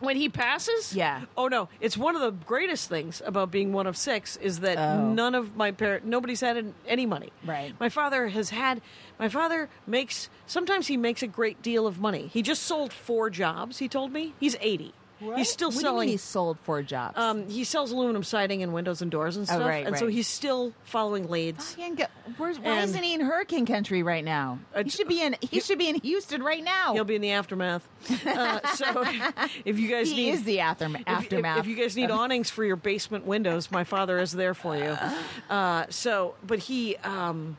when he passes,
Yeah.
Oh no, it's one of the greatest things about being one of six is that
Oh.
none of my parent, nobody's had an- any money.
Right.
My father has had. My father makes sometimes he makes a great deal of money. He just sold four jobs. He told me he's eighty. He's still
what do you mean
selling.
he sold four jobs
um, he sells aluminum siding and windows and doors and stuff,
Oh, right,
and so
right.
he's still following leads.
Fucking go- where's- why
and-
isn't he in hurricane country right now? He
It's-
should be in. He should be in Houston right now.
He'll be in the aftermath. Uh,
(laughs)
so, if you guys
he
need,
is the afterma-
If- if-
aftermath.
If, you guys need awnings for your basement windows, my father is there for
(laughs)
you. Uh, so, but he, um,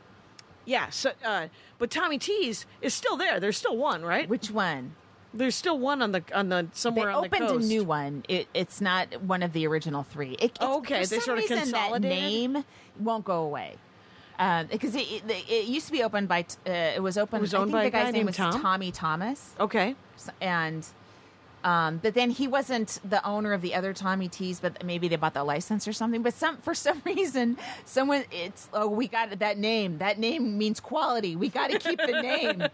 yeah. So, uh, but Tommy T's is still there. There's still one, right?
Which one?
There's still one on the on the
They
somewhere on
opened
the
a
coast.
new one. It, it's not one of the original three. It, it's-
Okay,
for
they
some
sort of
reason,
consolidated?
That name won't go away because it, it, it used to be opened by. T- uh, it was opened.
was
I think
owned by a
the guy's
guy
name
named
was
Tom?
Tommy Thomas,
Okay,
and Um, but then he wasn't the owner of the other Tommy T's, but maybe they bought the license or something. But some for some (laughs) reason, someone it's oh we got that name. That name means quality. We got to keep the
(laughs)
name.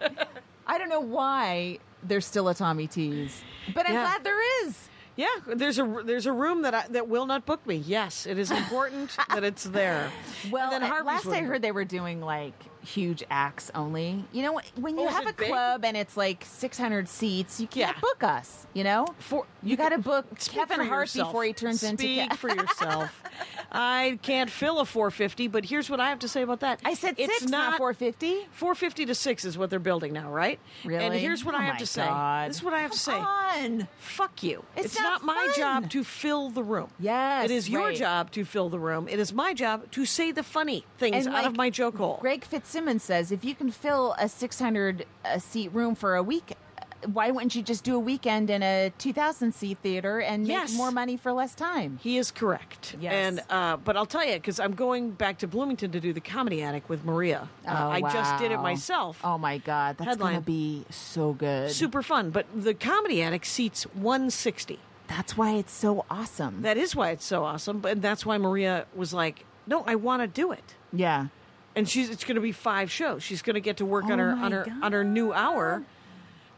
I don't know why there's still a Tommy T's, but I'm
Yeah.
glad there is.
Yeah, there's a there's a room that I, that will not book me. Yes, it
(laughs)
is important that it's there.
Well,
And then
at-
Harvey's
last I
wouldn't.
heard they were doing like huge acts only. You know, when you
Oh, is
have
it
a
big?
club and it's like 600 seats, you can't
Yeah.
book us. You know,
For-
you, got to book
Speak
Kevin
for
Hart
yourself.
before he turns into.
Speak
Ke-
for yourself. (laughs) I can't fill a 450, but here's what I have to say about that.
I said
it's
six, not 450.
450 to 6 is what they're building now, right? And
Really?
here's what
Oh
I have
my
to say.
God.
This is what I have to say.
Come on.
Fuck you.
It's not
not, my
fun.
job to fill the room.
Yes,
It is your
right.
job to fill the room. It is my job to say the funny things out of
like
my joke hole.
Greg Fitzsimmons says, if you can fill a 600 uh, seat room for a week, uh, why wouldn't you just do a weekend in a 2,000 seat theater and make
Yes.
more money for less time?
He is correct.
Yes.
And uh, but I'll tell you because I'm going back to Bloomington to do the Comedy Attic with Maria. Uh, I just did it
Oh, wow.
myself.
Oh my god, that's
Headline.
gonna be so good.
Super fun. But the Comedy Attic seats 160.
That's why it's so awesome.
That is why it's so awesome. But and that's why Maria was like, "No, I want to do it."
yeah.
And she's it's going to be five shows. She's going to get to work on
Oh
her
my
on her on her new hour,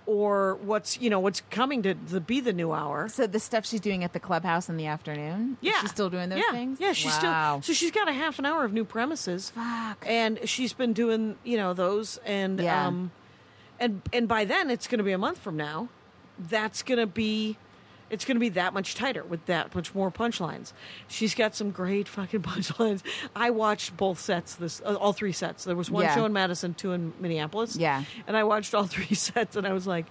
or what's you know what's coming to the, be the new hour.
So the stuff she's doing at the clubhouse in the afternoon. Is
Yeah,
she still doing those
yeah.
things.
Yeah, she's
Wow.
still. So she's got a half an hour of new premises.
Fuck.
And she's been doing you know those and
Yeah.
um, and and by then it's going to be a month from now. That's going to be. It's going to be that much tighter with that much more punchlines. She's got some great fucking (laughs) punchlines. I watched both sets, this uh, all three sets. There was one
Yeah.
show in Madison, two in Minneapolis.
Yeah.
and I watched all (laughs) three sets, and I was like,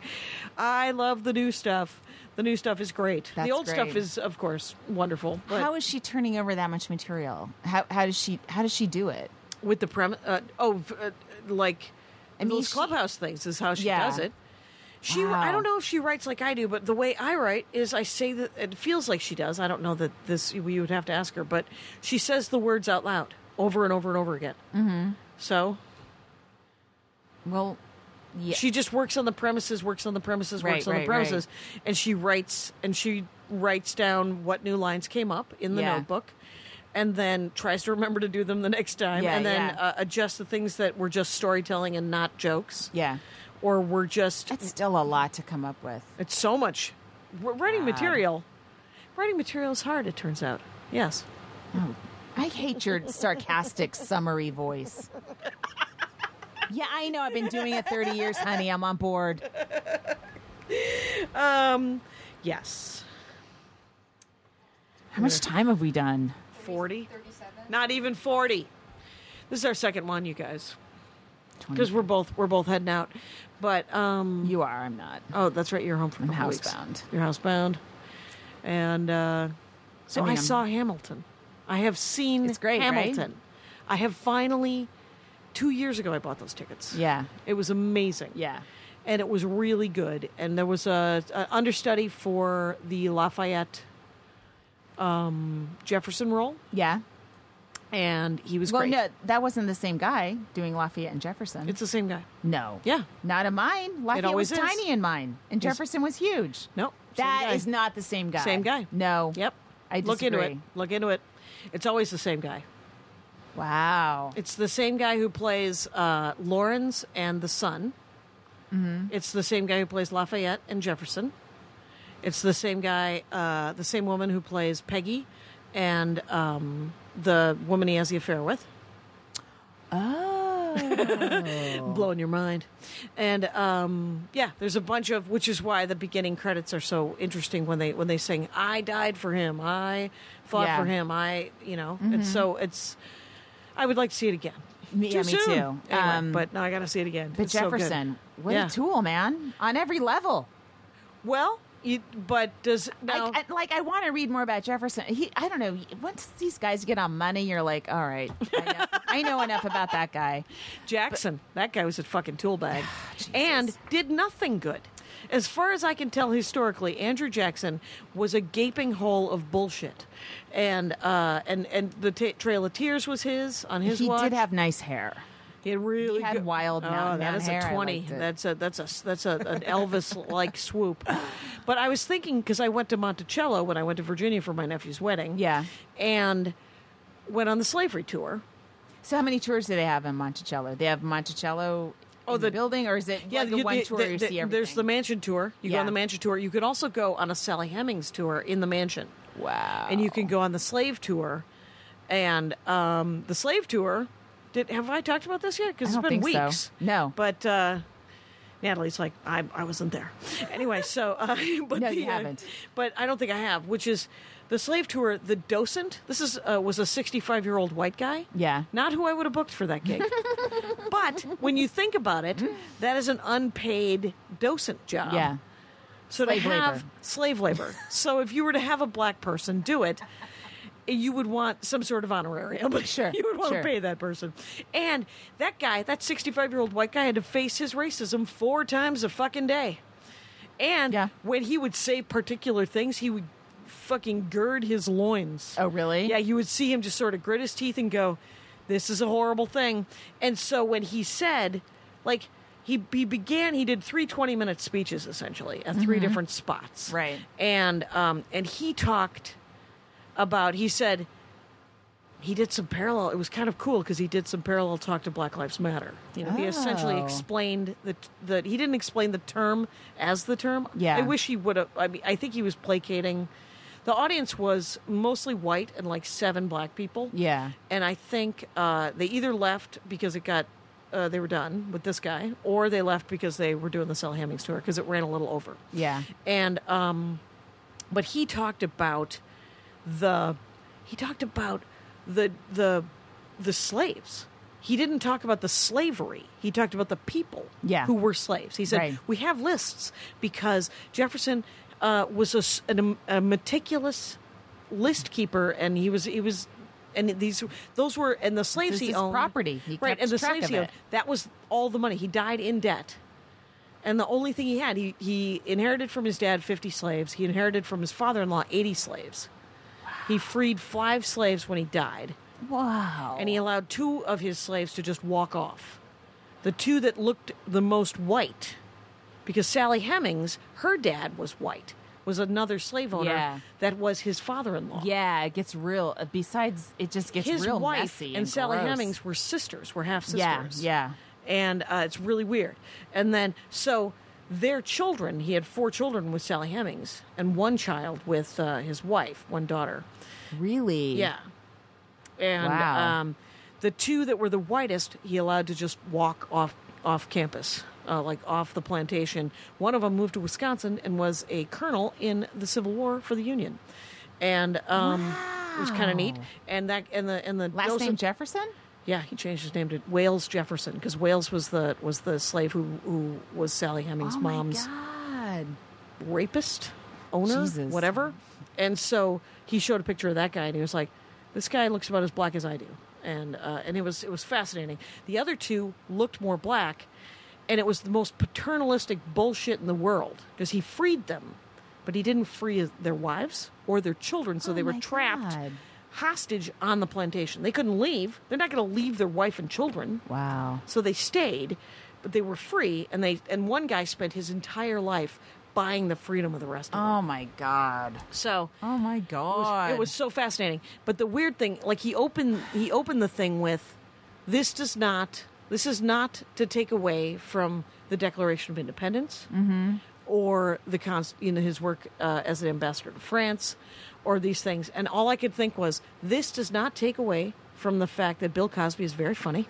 I love the new stuff. The new stuff is great.
That's
the old stuff
great.
is, of course, wonderful. But
how is she turning over that much material? How how does she how does she do it?
with the premise, uh, oh, f- uh, like
I mean,
those
she-
clubhouse things is how she
Yeah.
does it. She, I
Wow.
don't know if she writes like I do, but the way I write is I say that it feels like she does. I don't know that this we would have to ask her, but she says the words out loud over and over and over again. Mm-hmm. So
Well, yeah.
she just works on the premises, works on the premises,
Right,
works on the
right,
premises, and she writes and she writes down what new lines came up in the
Yeah.
notebook, and then tries to remember to do them the next time,
Yeah,
and then
yeah.
uh, adjust the things that were just storytelling and not jokes,
yeah.
or were just
That's still a lot to come up with.
it's so much R- writing material. Writing material is hard. It turns out. Yes.
I hate your sarcastic summary voice. Yeah, I know. I've been doing it 30 years, honey. I'm on board.
Yes.
How much time have we done?
40? Not even 40. This is our second one, you guys.
20.
Because we're both we're both heading out. But um
You are. I'm not.
Oh, that's right. You're home for a
I'm
couple weeks.
housebound.
You're housebound, and uh, so I,
I mean, I'm-
saw Hamilton. I have seen
It's great, right?
Hamilton. I have finally. Two years ago, I bought those tickets.
Yeah.
it was amazing.
Yeah.
and it was really good. And there was a, a understudy for the Lafayette um, Jefferson role,
Yeah.
and he was
Well,
great.
no, that wasn't the same guy doing Lafayette and Jefferson.
It's the same guy.
no.
Yeah.
Not in mine. Lafayette
always
was
is.
tiny in mine, and Jefferson was huge.
Nope, same
That
guy.
is not the same guy.
Same guy.
No.
Yep.
I
look into it.
disagree.
Look into it. It's always the same guy.
Wow.
It's the same guy who plays uh, Lawrence and the Sun. Mm-hmm. It's the same guy who plays Lafayette and Jefferson. It's the same guy, uh, the same woman who plays Peggy and um, the woman he has the affair with.
Oh.
Blowing your mind. And um, yeah, there's a bunch of, which is why the beginning credits are so interesting when they when they sing, "I died for him, I fought
Yeah. Mm-hmm.
for him, I," you know. And so it's, I would like to see it again.
Me- yeah, me too.
Anyway,
Um,
but now I got to see it again.
but
It's so good.
Jefferson, what
Yeah.
a tool, man, on every level.
Well, you, but does now?
I, I, like I want to read more about Jefferson. He, I don't know. Once these guys get on money, you're like, all right, I know, I know enough about that guy.
Jackson, that guy was a fucking
(sighs)
tool bag, and did nothing good. As far as I can tell historically, Andrew Jackson was a gaping hole of bullshit, and uh, and and the ta Trail of Tears was (laughs) his on his
he
watch.
did have nice hair.
He had really
had
good-
wild
Oh,
mountain
that
man
is
hair.
a
I
twenty.
liked it.
That's a that's a that's a, an Elvis
(laughs)
like swoop. But I was thinking because I went to Monticello when I went to Virginia for my nephew's wedding.
Yeah.
and went on the slavery tour.
So how many tours do they have in Monticello? They have Monticello
Oh,
in the,
the-
building, or is it like
you-
a one
the-
tour
the-
you
the-
see everything?
There's the mansion tour. You go on
Yeah.
the mansion tour. You could also go on a Sally Hemings tour in the mansion,
wow.
and you can go on the slave tour. And um, the slave tour, did have I talked about this yet?
I
Because it's
don't
been
think so.
weeks.
No.
but uh, Natalie's like I, I wasn't there. Anyway, so uh, (laughs) but
(laughs) No,
the,
you
uh,
haven't.
but I don't think I have. Which is the slave tour. The docent. This is uh, was a 65 year old white guy.
Yeah.
Not who I would have booked for
(laughs)
that gig. but when you think about it, that is an unpaid docent job.
yeah.
So to
Slave labor.
have slave labor. so if you were to have a black person do it, you would want some sort of honorarium.
Sure,
you would want
sure.
to pay that person. And that guy, that 65 year old white guy, had to face his racism four times a fucking day. And
Yeah.
when he would say particular things, he would fucking gird his loins.
Oh, really?
Yeah, you would see him just sort of grit his teeth and go, "This is a horrible thing." And so when he said, like he he began, he did three 20 minute speeches essentially at 3 different spots,
Mm-hmm. Right.
And um and he talked about he said he did some parallel. It was kind of cool because he did some parallel talk to Black Lives Matter. You know, he essentially
Oh.
explained the the he didn't explain the term as the term.
Yeah.
I wish he would have. I mean, I think he was placating. The audience was mostly white and like seven black people.
Yeah.
and I think uh, they either left because it got. Uh, they were done with this guy, or they left because they were doing the Sell Hemmings tour because it ran a little over
Yeah.
and um, but he talked about the he talked about the the the slaves. He didn't talk about the slavery. He talked about the people
Yeah.
who were slaves. He said
Right.
we have lists because Jefferson uh, was a, s- an- a meticulous list keeper, and he was he was. And these, those were, and the slaves
This
he
is
owned
property. He
right?
kept
And the
track
slaves
of
he owned.
it.
That was all the money. He died in debt and the only thing he had he, he inherited from his dad 50 slaves he inherited from his father-in-law 80 slaves he freed five slaves when he died
Wow.
and he allowed two of his slaves to just walk off the two that looked the most white because sally hemings her dad was white was another slave owner
Yeah.
that was his father-in-law
yeah, it gets real. uh, Besides, it just gets
his
real
wife
messy
and,
and
Sally
gross.
Hemings were sisters, were half
Yeah,
sisters.
yeah.
And uh, it's really weird. And then, so their children, he had four children with Sally Hemings and one child with uh, his wife, one daughter.
Really?
Yeah. And
Wow.
um, the two that were the whitest, he allowed to just walk off off campus, uh, like off the plantation. One of them moved to Wisconsin and was a colonel in the Civil War for the Union, and um, it was kind of neat. And that and the and the
Last
docent-
name Jefferson?
yeah, he changed his name to Wales Jefferson because Wales was the was the slave who who was Sally Hemings'
oh
mom's
my God.
rapist, owner,
Jesus.
whatever. And so he showed a picture of that guy, and he was like, "This guy looks about as black as I do," and uh, and it was it was fascinating. The other two looked more black, and it was the most paternalistic bullshit in the world because he freed them, but he didn't free his- their wives or their children, so
Oh
they were
my
trapped.
God.
Hostage on the plantation. They couldn't leave. They're not going to leave their wife and children.
Wow.
So they stayed, but they were free, and they and one guy spent his entire life buying the freedom of the rest of them.
Oh my God.
So
Oh my
it
God.
was, it was so fascinating. But the weird thing, like he opened he opened the thing with, this does not this is not to take away from the Declaration of Independence
Mm-hmm.
or the const, you know his work uh, as an ambassador to France or these things. And all I could think was, this does not take away from the fact that Bill Cosby is very funny.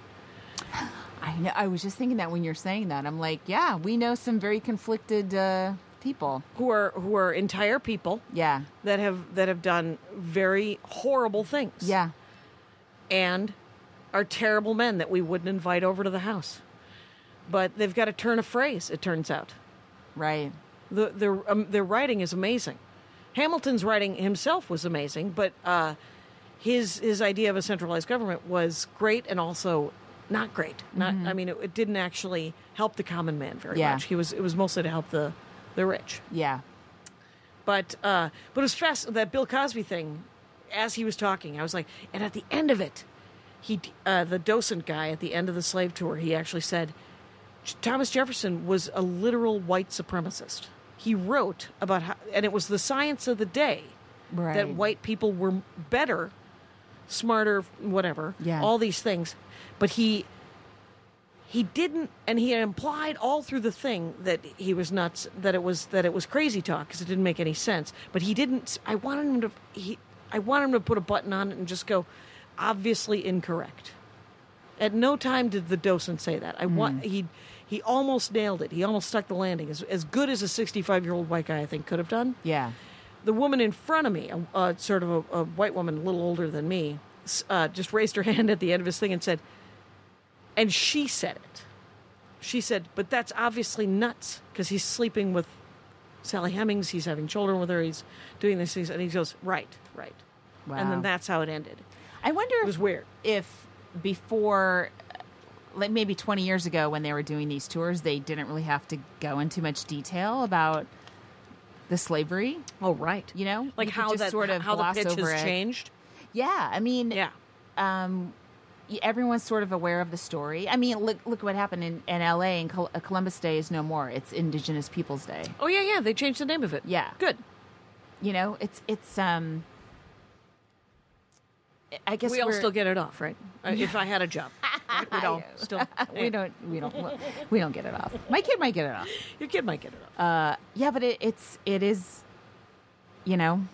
I know. I was just thinking that when you're saying that, I'm like, yeah, we know some very conflicted uh, people.
who are who are entire people
Yeah,
that have that have done very horrible things
yeah,
and are terrible men that we wouldn't invite over to the house but they've got to turn a phrase it turns out
right.
the, their, um, their writing is amazing hamilton's writing himself was amazing but uh, his his idea of a centralized government was great and also not great not i mean it, it didn't actually help the common man very
Mm-hmm. Yeah.
much he was it was mostly to help the the rich
Yeah,
but uh, but it was fast that Bill Cosby thing. As he was talking, I was like, and at the end of it, he uh, the docent guy at the end of the slave tour he actually said "J- thomas jefferson was a literal white supremacist he wrote about how and it was the science of the day that
Right.
white people were better smarter whatever
Yeah.
all these things but he he didn't and he implied all through the thing that he was nuts that it was that it was crazy talk because it didn't make any sense but he didn't i wanted him to he i wanted him to put a button on it and just go obviously incorrect at no time did the docent say that i
Mm.
want he he almost nailed it he almost stuck the landing as, as good as a 65 year old white guy i think could have done
Yeah.
the woman in front of me, a, a sort of a, a white woman, a little older than me, s- uh, just raised her (laughs) hand at the end of his thing and said, and she said it. She said, but that's obviously nuts because he's sleeping with Sally Hemings, he's having children with her, he's doing these things. And he goes, right, right. And
Wow.
then that's how it ended.
I wonder
It
if,
was weird.
if before, uh, like maybe 20 years ago when they were doing these tours, they didn't really have to go into much detail about the slavery,
Oh, right.
you know?
(laughs) Like
You could
how
just
that
sort of
how the
gloss
pitch
over
has
it.
changed.
Yeah. I mean,
Yeah.
um, y- everyone's sort of aware of the story. I mean, look look what happened in, in L.A. and Col- uh, Columbus Day is no more. It's Indigenous Peoples Day.
Oh yeah, yeah. They changed the name of it.
Yeah.
Good.
You know, it's it's um. I- I guess
we all
we're-
still get it off, right? Uh, If I had
(laughs)
a job, right? we'd all still.
we don't we don't we don't get it off. My kid might get it off.
Your kid might get it off.
Uh, yeah, but it, it's it is, you know,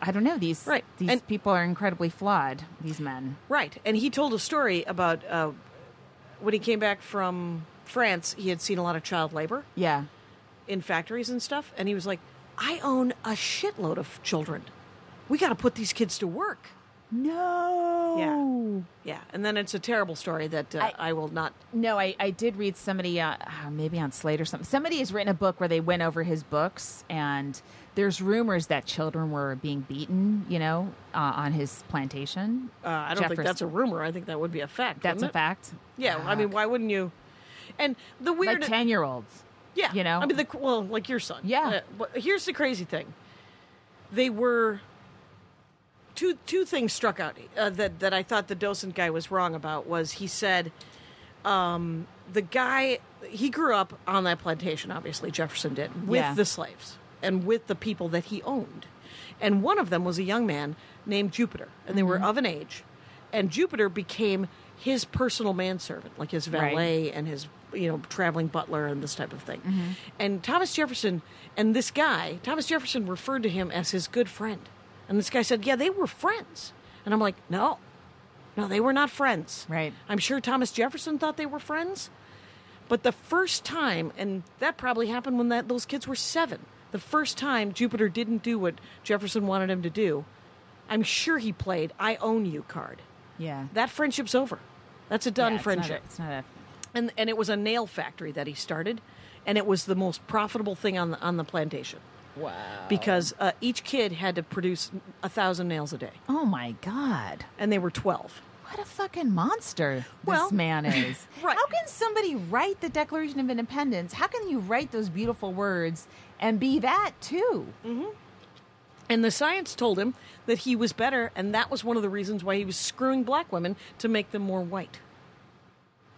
I don't know these
Right.
these
And-
people are incredibly flawed. These men.
Right. And he told a story about uh, when he came back from France, he had seen a lot of child labor
Yeah.
in factories and stuff. And he was like, I own a shitload of children. We got to put these kids to work.
No.
Yeah. And then it's a terrible story that uh, I,
I-
will not.
No, I, I did read somebody, uh, ah, maybe on Slate or something. Somebody has written a book where they went over his books, and there's rumors that children were being beaten, you know, uh, on his plantation.
Uh, I don't think
Jefferson-
that's a rumor. I think that would be a fact.
That's a
wouldn't it?
fact.
Yeah. I mean, why wouldn't you? And the weird.
Like 10 year olds.
Yeah,
you know?
I mean, the well, like your son.
Yeah.
Uh, but here's the crazy thing: they were two two things struck out uh, that that I thought the docent guy was wrong about was he said um, the guy he grew up on that plantation, obviously Jefferson did, with
Yeah.
the slaves and with the people that he owned, and one of them was a young man named Jupiter, and they were
Mm-hmm.
of an age, and Jupiter became his personal manservant, like his
Right.
valet and his you know traveling butler and this type of thing
Mm-hmm.
and thomas jefferson and this guy thomas jefferson referred to him as his good friend and this guy said yeah they were friends and i'm like no no they were not friends
Right.
i'm sure thomas jefferson thought they were friends but the first time and that probably happened when that, those kids were seven the first time jupiter didn't do what jefferson wanted him to do i'm sure he played i own you card
Yeah.
that friendship's over that's a done
Yeah, it's not a-
friendship
It's not a.
and and it was a nail factory that he started, and it was the most profitable thing on the on the plantation
Wow.
because uh, each kid had to produce a thousand nails a day,
Oh my God.
and they were twelve.
What a fucking monster
Well-
this
(laughs)
man is.
Right.
How can somebody write the Declaration of Independence? How can you write those beautiful words and be that too?
Mm. And the science told him that he was better, and that was one of the reasons why he was screwing black women to make them more white.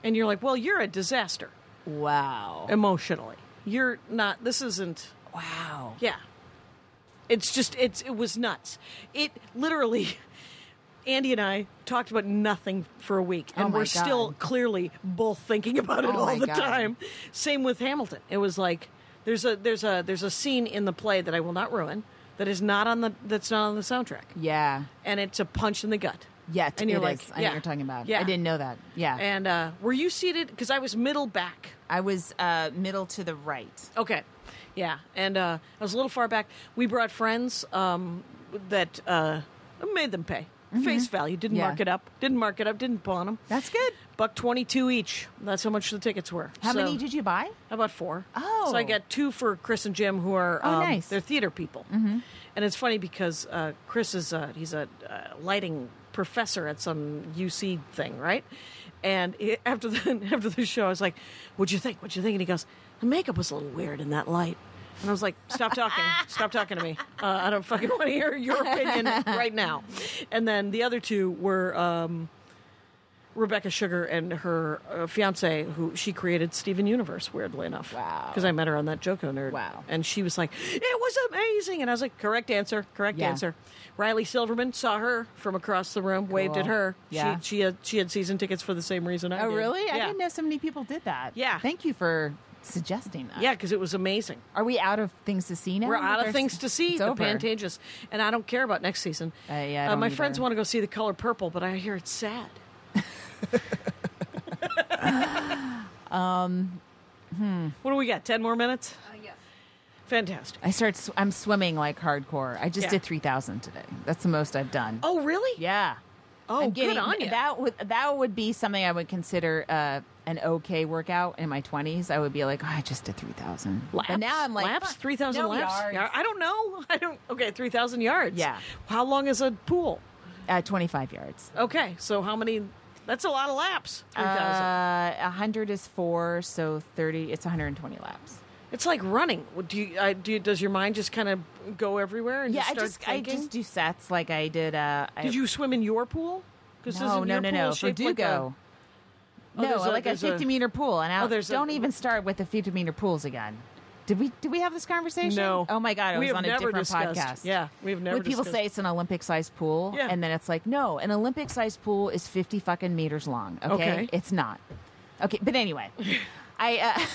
And you're like, well, you're a disaster
Wow.
emotionally. You're not. This isn't.
Wow.
Yeah. It's just it's it was nuts. It literally (laughs) Andy and I talked about nothing for a week and
Oh my
we're still
God.
clearly both thinking about it
Oh
all
my
the
God.
time. Same with Hamilton. It was like there's a there's a there's a scene in the play that I will not ruin that is not on the that's not on the soundtrack.
Yeah.
And it's a punch in the gut.
Yeah.
And you're
it
like,
is. I know
yeah,
what you're talking about.
yeah.
I didn't know that. Yeah.
And uh were you seated cuz I was middle back.
I was uh, middle to the right.
Okay. Yeah. And uh, I was a little far back. We brought friends um, that uh, made them pay. Face value. Didn't
Mm-hmm. Yeah.
mark it up. Didn't mark it up. Didn't pawn them.
That's good.
Buck 22 each. That's how much the tickets were.
How
So-
many did you buy?
About four.
Oh.
So I got two for Chris and Jim, who are
Oh,
um,
nice.
they're theater people. Mm-hmm. And it's funny because uh, Chris is a, he's a uh, lighting professor at some UC thing, right? And he- after the (laughs) after the show, I was like, "What'd you think? What'd you think?" And he goes, "The makeup was a little weird in that light." And I was like, "Stop talking! Stop talking to me! Uh, I don't fucking want
(laughs)
to uh, hear your opinion right now." And then the other two were. Um, Rebecca Sugar and her uh, fiance, who she created Steven Universe, weirdly enough.
Wow.
Because I met her on that Joko Nerd.
Wow.
And she was like, it was amazing. And I was like, correct answer, correct
Yeah.
answer. Riley Silverman saw her from across the room, waved at
Cool.
her.
Yeah.
She, she, had, she had season tickets for the same reason I
Oh,
did.
really?
Yeah.
I didn't know so many people did that.
Yeah.
Thank you for suggesting that.
Yeah, because it was amazing.
Are we out of things to see now?
We're out of
Oh, There's-
things to see.
It's
the
over.
Pantages, and I don't care about next season.
Uh, yeah, I
my
don't
friends
either.
want to go see the color purple, but I hear
(laughs)
it's sad. um, What do we got? Ten more minutes. Uh, yes. Fantastic.
I start. Sw- I'm swimming like hardcore. I just
Yeah.
did three thousand today. That's the most I've done.
Oh, really?
Yeah.
Oh,
I'm
good
getting,
on ya.
That would that would be something I would consider uh, an okay workout in my twenties. I would be like, oh, I just did three thousand.
Laps.
But now I'm like,
laps.
fuck,
Three thousand
no
laps.
yards.
Yeah, I don't know. (laughs) I don't. Okay, three thousand yards.
Yeah.
How long is a pool?
Uh, Twenty five yards.
Okay, so how many? That's a lot of laps. Three thousand.
Uh, hundred is four, so thirty. It's 120 laps.
It's like running. What Do you, I, do you, does your mind just kind of go everywhere and
yeah,
just
I
start
just
thinking?
I just do sets like I did. Uh, I,
Did you swim in your pool? Because
No, no, no, no. For
shaped
Dugo.
like a- Oh,
no,
there's a-
like a
there's a-
50 meter pool, and I
Oh, there's a-
don't even start with the 50 meter pools again. Did we did we have this conversation?
No.
Oh my god, it
We
was
have
on a
never
different
discussed-
podcast.
yeah, we've never
When people
discussed-
say it's an Olympic sized pool,
Yeah.
and then it's like, no, an Olympic sized pool is 50 fucking meters long. Okay,
Okay.
it's not. Okay, but
(laughs)
anyway, I. Uh,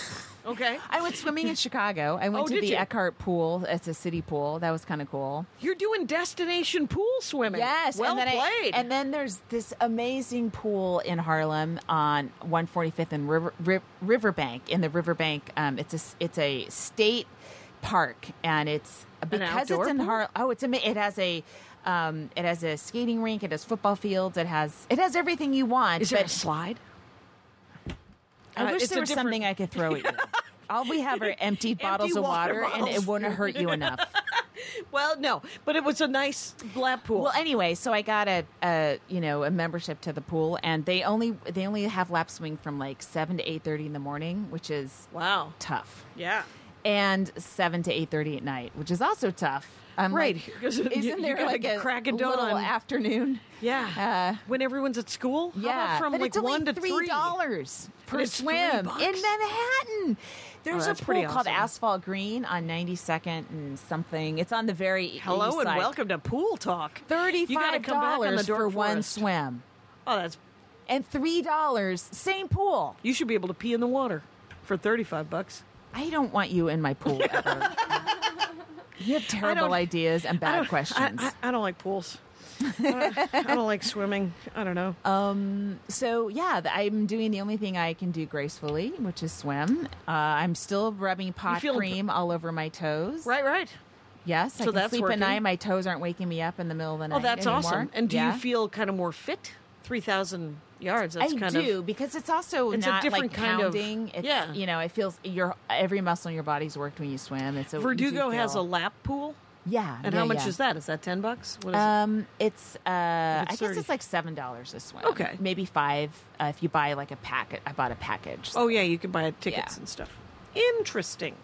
Okay.
I went swimming in Chicago. I went
Oh,
to
did
the
you?
Eckhart Pool. It's a city pool. That was kind of cool.
You're doing destination pool swimming.
Yes,
Well
and then
played.
I, and then there's this amazing pool in Harlem on 145th and River, Riv- Riverbank. In the Riverbank, um, it's a s- it's a state park, and it's because
outdoor
it's in
pool?
Harlem. Oh, it's ama- it has a. Um, it has a skating rink. It has football fields. It has it has everything you want.
Is there a
but
slide?
I
uh,
wish
it's
there
a
was
different-
something I could throw
(laughs)
at you. All we have are empty bottles of
water
water, and
bottles.
it wouldn't hurt
(laughs)
you enough.
Well, no, but it was a nice lap pool.
Well, anyway, so I got a, a you know a membership to the pool, and they only they only have lap swing from like seven to eight thirty in the morning, which is
wow.
tough,
Yeah.
and seven to eight thirty at night, which is also tough. I'm
Right,
like,
'cause you-
isn't
you
there
gotta
like
get
a
cracking
little
dawn.
afternoon?
Yeah.
Uh,
when everyone's at school? How about
yeah,
from
but
like
it's only
one to
three dollars per
it's three
swim
bucks. Oh,
in Manhattan. There's a
that's
pool
pretty
called
awesome.
Asphalt Green on 92nd and something. It's on the very east
Hello and
side.
welcome to Pool Talk. You gotta
Thirty-five
come back on the
dollars
Dork
for one
Forest.
swim.
Oh, that's
and three dollars, same pool.
You should be able to pee in the water for 35 bucks.
I don't want you in my pool ever. you
(laughs)
have terrible ideas and
I
bad
don't-
questions.
I, I, I don't like pools. I, don't, I don't like swimming. I don't know.
Uh, so yeah, th- I'm doing the only thing I can do gracefully, which is swim. Uh, I'm still rubbing pot
feel-
cream all over my toes.
right, right.
Yes, I
So
can
that's
sleep
working.
at night. My toes aren't waking me up in the middle of the night.
Oh, that's
anymore.
awesome. And do
Yeah.
you feel kind of more fit? 3,000 yards. That's
I
kind
do
of.
because it's also
It's a
not
different
like
kind of-
pounding. It's,
yeah.
you know, it feels your every muscle in your body's worked when you swim. It's a you do
Verdugo has a
feel-
lap pool.
yeah.
And
yeah,
how much
yeah.
is that? Is that 10 bucks? What is
Um, it's uh, I guess
30.
it's like seven dollars a swim.
Okay.
maybe five uh, if you buy like a packet. I bought a package.
it? Oh, yeah, you can buy tickets
Yeah.
and stuff. Interesting.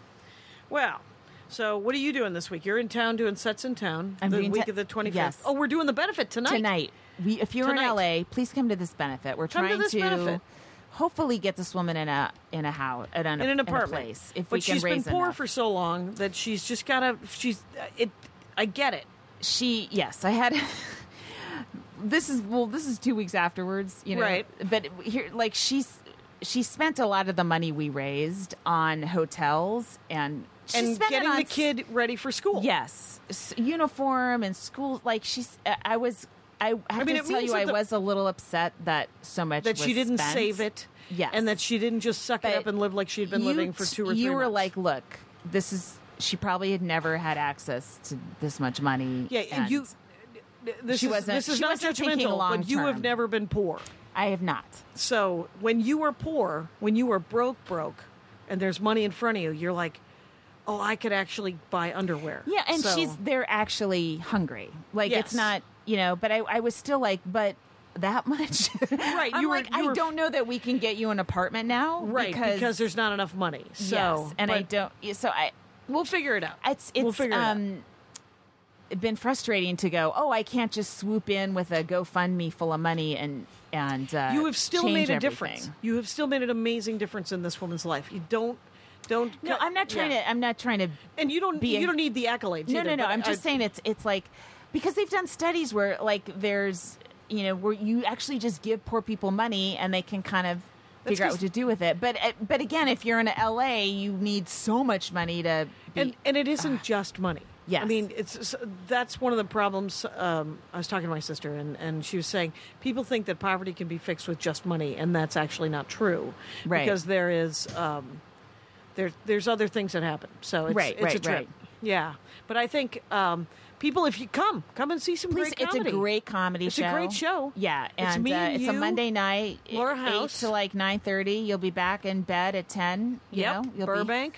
Well, so what are you doing this week? You're in town doing sets in town.
I'm
the
doing
week
te-
of the 25th.
yes.
Oh, we're doing the benefit tonight.
tonight, we, if you're
Tonight.
in LA, please come to this benefit. We're
Come to
trying
this benefit.
hopefully get this woman in a in a house in an,
in an apartment.
place. If
but
we can
she's
raise
been poor
enough.
for so long that she's just gotta. She's uh, it. I get it.
she yes i had (laughs) this is well this is two weeks afterwards you know
Right.
but here like she's she spent a lot of the money we raised on hotels and she
and
spent it
getting
on
the
s-
kid ready for school.
yes s- uniform and school like she's I- i was i have
mean,
to
it
tell
means
you
that
i
the-
was a little upset that so much
that she
was
didn't
spent.
save it.
Yes.
and that she didn't just suck it
But
up and live like she had been
you
living for
t-
two or three.
you were
months.
like look this is she probably had never had access to this much money
yeah, and you. This
She
is,
wasn't-
this is
she
not
wasn't thinking
judgmental,
long
but you have
term.
never been poor.
i have not
So when you are poor, when you are broke, broke, and there's money in front of you, you're like, oh, I could actually buy underwear.
Yeah, and
So-
she's they're actually hungry. Like
Yes.
it's not you know, but I, I was still like, but that (laughs) much.
Right,
I'm
you were-
like, I
you were-
don't know that we can get you an apartment now.
right
Because,
there's not enough money. So
yes, and I
but
don't. So I
We'll figure it out.
it's um, it's
we'll figure it out.
um been frustrating to go. Oh, I can't just swoop in with a GoFundMe full of money and and uh,
you have still
change
made a
everything.
difference. You have still made an amazing difference in this woman's life. You don't, don't.
No, I'm not trying
yeah.
to. I'm not trying to.
And you don't.
be
You
a-
don't need the accolades.
No,
either,
no, no.
but
I'm
I-
just saying it's it's like because they've done studies where like there's you know where you actually just give poor people money and they can kind of figure out what
'cause-
to do with it. But uh, but again, if you're in LA, you need so much money to be. Ah.
and and it isn't just money. I
Yes.
mean it's it's- that's one of the problems. Um, I was talking to my sister, and and she was saying people think that poverty can be fixed with just money, and that's actually not true.
Right.
Because there is um, there there's other things that happen. So it's,
Right,
it's a
right,
trip.
right.
Yeah, but I think um, people, if you come, come and see some
Please,
great
it's a
comedy.
great comedy
It's a
show.
great show.
Yeah,
It's
and
me
uh,
and
it's a
you,
Monday night, e-
Laura
eight
House.
to like nine thirty. You'll be back in bed at ten. You
Yep,
know, you'll
Burbank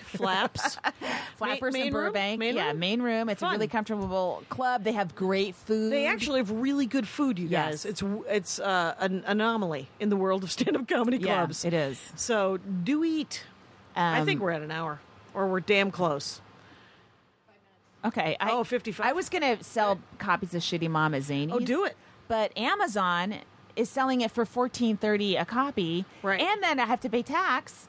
(laughs)
Flaps.
be flappers
main
in
room?
Burbank.
Main
yeah,
room?
main room. It's
Fun.
a really comfortable club. They have great food.
They actually have really good food, you
Mm. Yes.
guys. It's it's uh, an anomaly in the world of stand-up comedy
Yeah,
clubs.
it is. Um,
So do eat. I think we're at an hour, or we're damn close.
Okay. I,
Oh, 55.
I was going to sell copies of Shitty Mama Zanies.
Oh, do it.
But Amazon is selling it for fourteen thirty a copy,
Right.
And then I have to pay tax.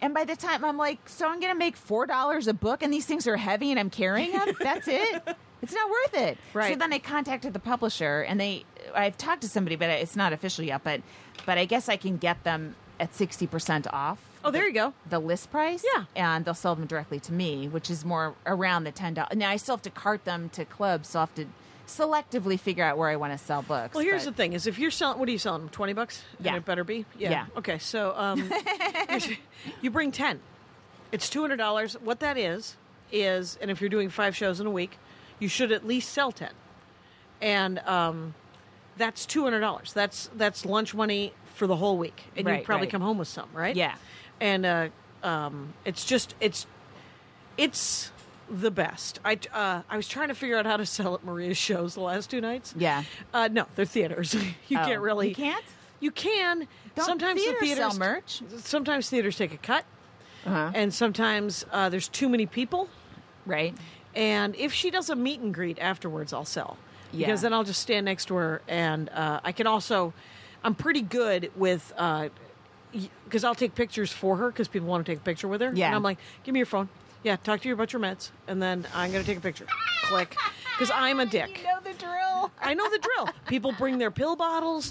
And by the time I'm like, so I'm going to make four dollars a book, and these things are heavy, and I'm carrying
(laughs)
them. That's it. It's not worth it. So
Right.
then I contacted the publisher, and they. I've talked to somebody, but it's not official yet. But, but I guess I can get them at sixty percent off.
Oh, there you go.
the list price.
Yeah.
And they'll sell them directly to me, which is more around the ten dollars. Now I still have to cart them to clubs, so I have to selectively figure out where I want to sell books.
Well, here's
but-
the thing: is if you're selling, what are you selling? Twenty bucks? And
Yeah.
it better be. Yeah.
Yeah.
Okay,
(laughs)
so um, you bring ten. It's two hundred dollars. What that is is, and if you're doing five shows in a week, you should at least sell ten, and um, that's two hundred dollars. That's that's lunch money for the whole week, and you
Right,
probably
right.
come home with some, right?
Yeah.
And uh, um, it's just it's it's the best. I uh, I was trying to figure out how to sell at Maria's shows the last two nights.
Yeah.
Uh, no, they're theaters. (laughs) you
Oh,
can't really.
you can't?
You can.
Don't
sometimes the
theaters
theaters
sell merch? Uh-huh.
Sometimes theaters take a cut, and sometimes uh, there's too many people.
right.
And if she does a meet and greet afterwards, I'll sell.
Yeah.
Because then I'll just stand next to her, and uh, I can also, I'm pretty good with, because I'll take pictures for her because people want to take a picture with her.
Yeah.
And I'm like, give me your phone. Yeah, talk to you about your meds, and then I'm going to take a picture. Click. Because I'm a dick.
You know the drill.
I know the drill. People bring their pill bottles,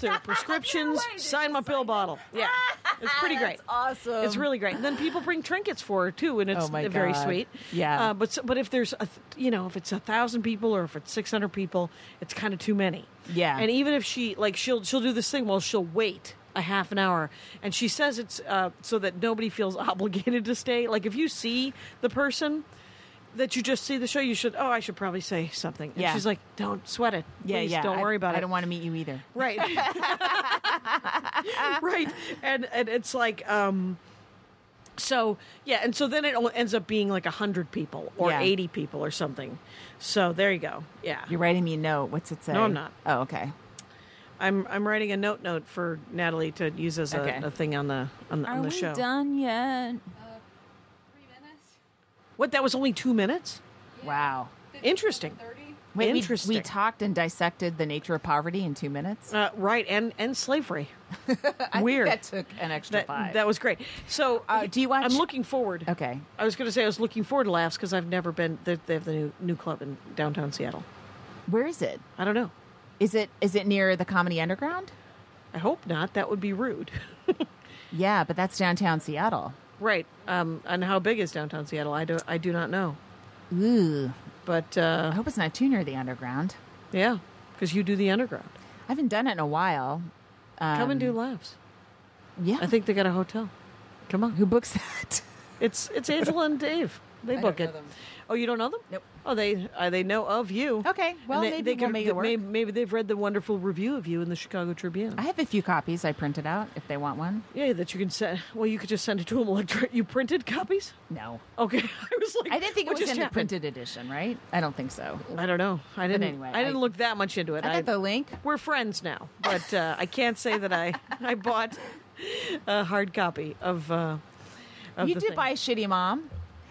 (laughs)
their prescriptions.
way, they
sign my pill bottle. Yeah, (laughs) it's pretty
Ah, That's
great.
awesome.
It's really great. And then people bring trinkets for her too, and it's
Oh, my
very
God.
sweet.
Yeah.
Uh, but s- but if there's a th- you know if it's a thousand people or if it's six hundred people, it's kind of too many.
Yeah.
And even if she like she'll she'll do this thing while she'll wait a half an hour and she says it's uh, so that nobody feels (laughs) obligated to stay like if you see the person that you just see the show you should oh i should probably say something and
Yeah.
she's like don't sweat it
Yeah,
Please,
yeah.
Don't
I-
worry about it.
I don't want to meet you either. (laughs)
Right. right. And and it's like um so yeah, and so then it o- ends up being like 100 people or
Yeah.
80 people or something. So there you go. Yeah.
You're writing me a note. What's it say?
No, I'm not.
Oh, okay.
I'm I'm writing a note note for Natalie to use as a,
Okay.
a thing on the on the, on the show.
done yet?
What that was only 2 minutes?
Wow.
Interesting.
Wait, we-
Interesting.
We, talked and dissected the nature of poverty in two minutes.
uh, right and and
(laughs)
slavery. Weird.
That took an extra
that,
five.
that was great. So,
Uh, do you watch-
I'm looking forward.
okay.
I was going to say I was looking forward to laughs because I've never been. They, they have the new new club in downtown Seattle.
Where is it?
I don't know.
Is it is it near the Comedy Underground?
I hope not. That would be rude. (laughs)
Yeah, but that's downtown Seattle.
right. Um. And how big is downtown Seattle? I do. I do not know.
Ooh.
But
I
uh,
hope it's not too near the underground.
yeah, because you do the underground.
I haven't done it in a while.
Come and do
Um,
laughs.
Yeah.
I think they got a hotel. Come on.
Who books that? (laughs)
It's it's Angela and Dave. They book
don't
it.
know them.
Oh, you don't know them?
Nope.
Oh, they uh, they know of you.
Okay,
And
well,
they,
maybe
they
we'll make it work.
may-
Maybe, maybe they've read the wonderful review of you in the Chicago Tribune.
I have a few copies I printed out if they want one.
Yeah, that you can send. Well, you could just send it to them. Electro- you printed copies?
No.
Okay, (laughs) I was like,
I didn't think it
what
was in
just
the
happened?
printed edition, right? I don't think so.
I don't know. I didn't.
anyway,
I didn't
I-
look that much into it.
I got the link.
We're friends now, but uh, I can't say
(laughs)
that I I bought a hard copy of. Uh, of
You
the
did
thing.
buy Shitty Mom.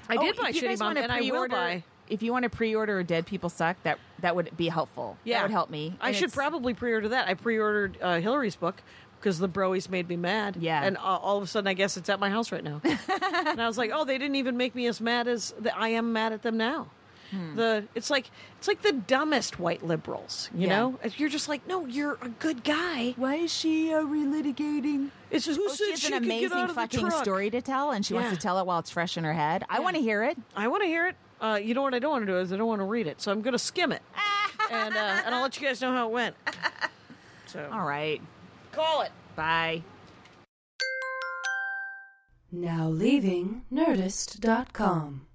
I
Oh,
did buy
if you
Shitty
guys
Mom,
wanna
and I will
pre-order-
buy.
if you want to pre-order a Dead People Suck, that that would be helpful. that would help me.
I
And
should
it's-
probably pre-order that. I pre-ordered uh, Hillary's book because the Broies made me mad.
Yeah.
and uh, all of a sudden, I guess it's at my house
(laughs)
right now. and I was like, oh, they didn't even make me as mad as the, I am mad at them now.
Hmm.
The it's like it's like the dumbest white liberals, you
Yeah.
know. You're just like, no, you're a good guy.
Why is she uh, relitigating?
It's just who
Well,
said
Oh, she has an
could get
amazing
out of the
fucking
truck?
story to tell, and she
Yeah.
wants to tell it while it's fresh in her head. I want to hear it.
I want to hear it. Uh, you know what I don't want to do is I don't want to read it, so I'm going to skim
(laughs)
it, and uh, and I'll let you guys know how it went. So
All right.
call it.
Bye.
Now leaving Nerdist.com.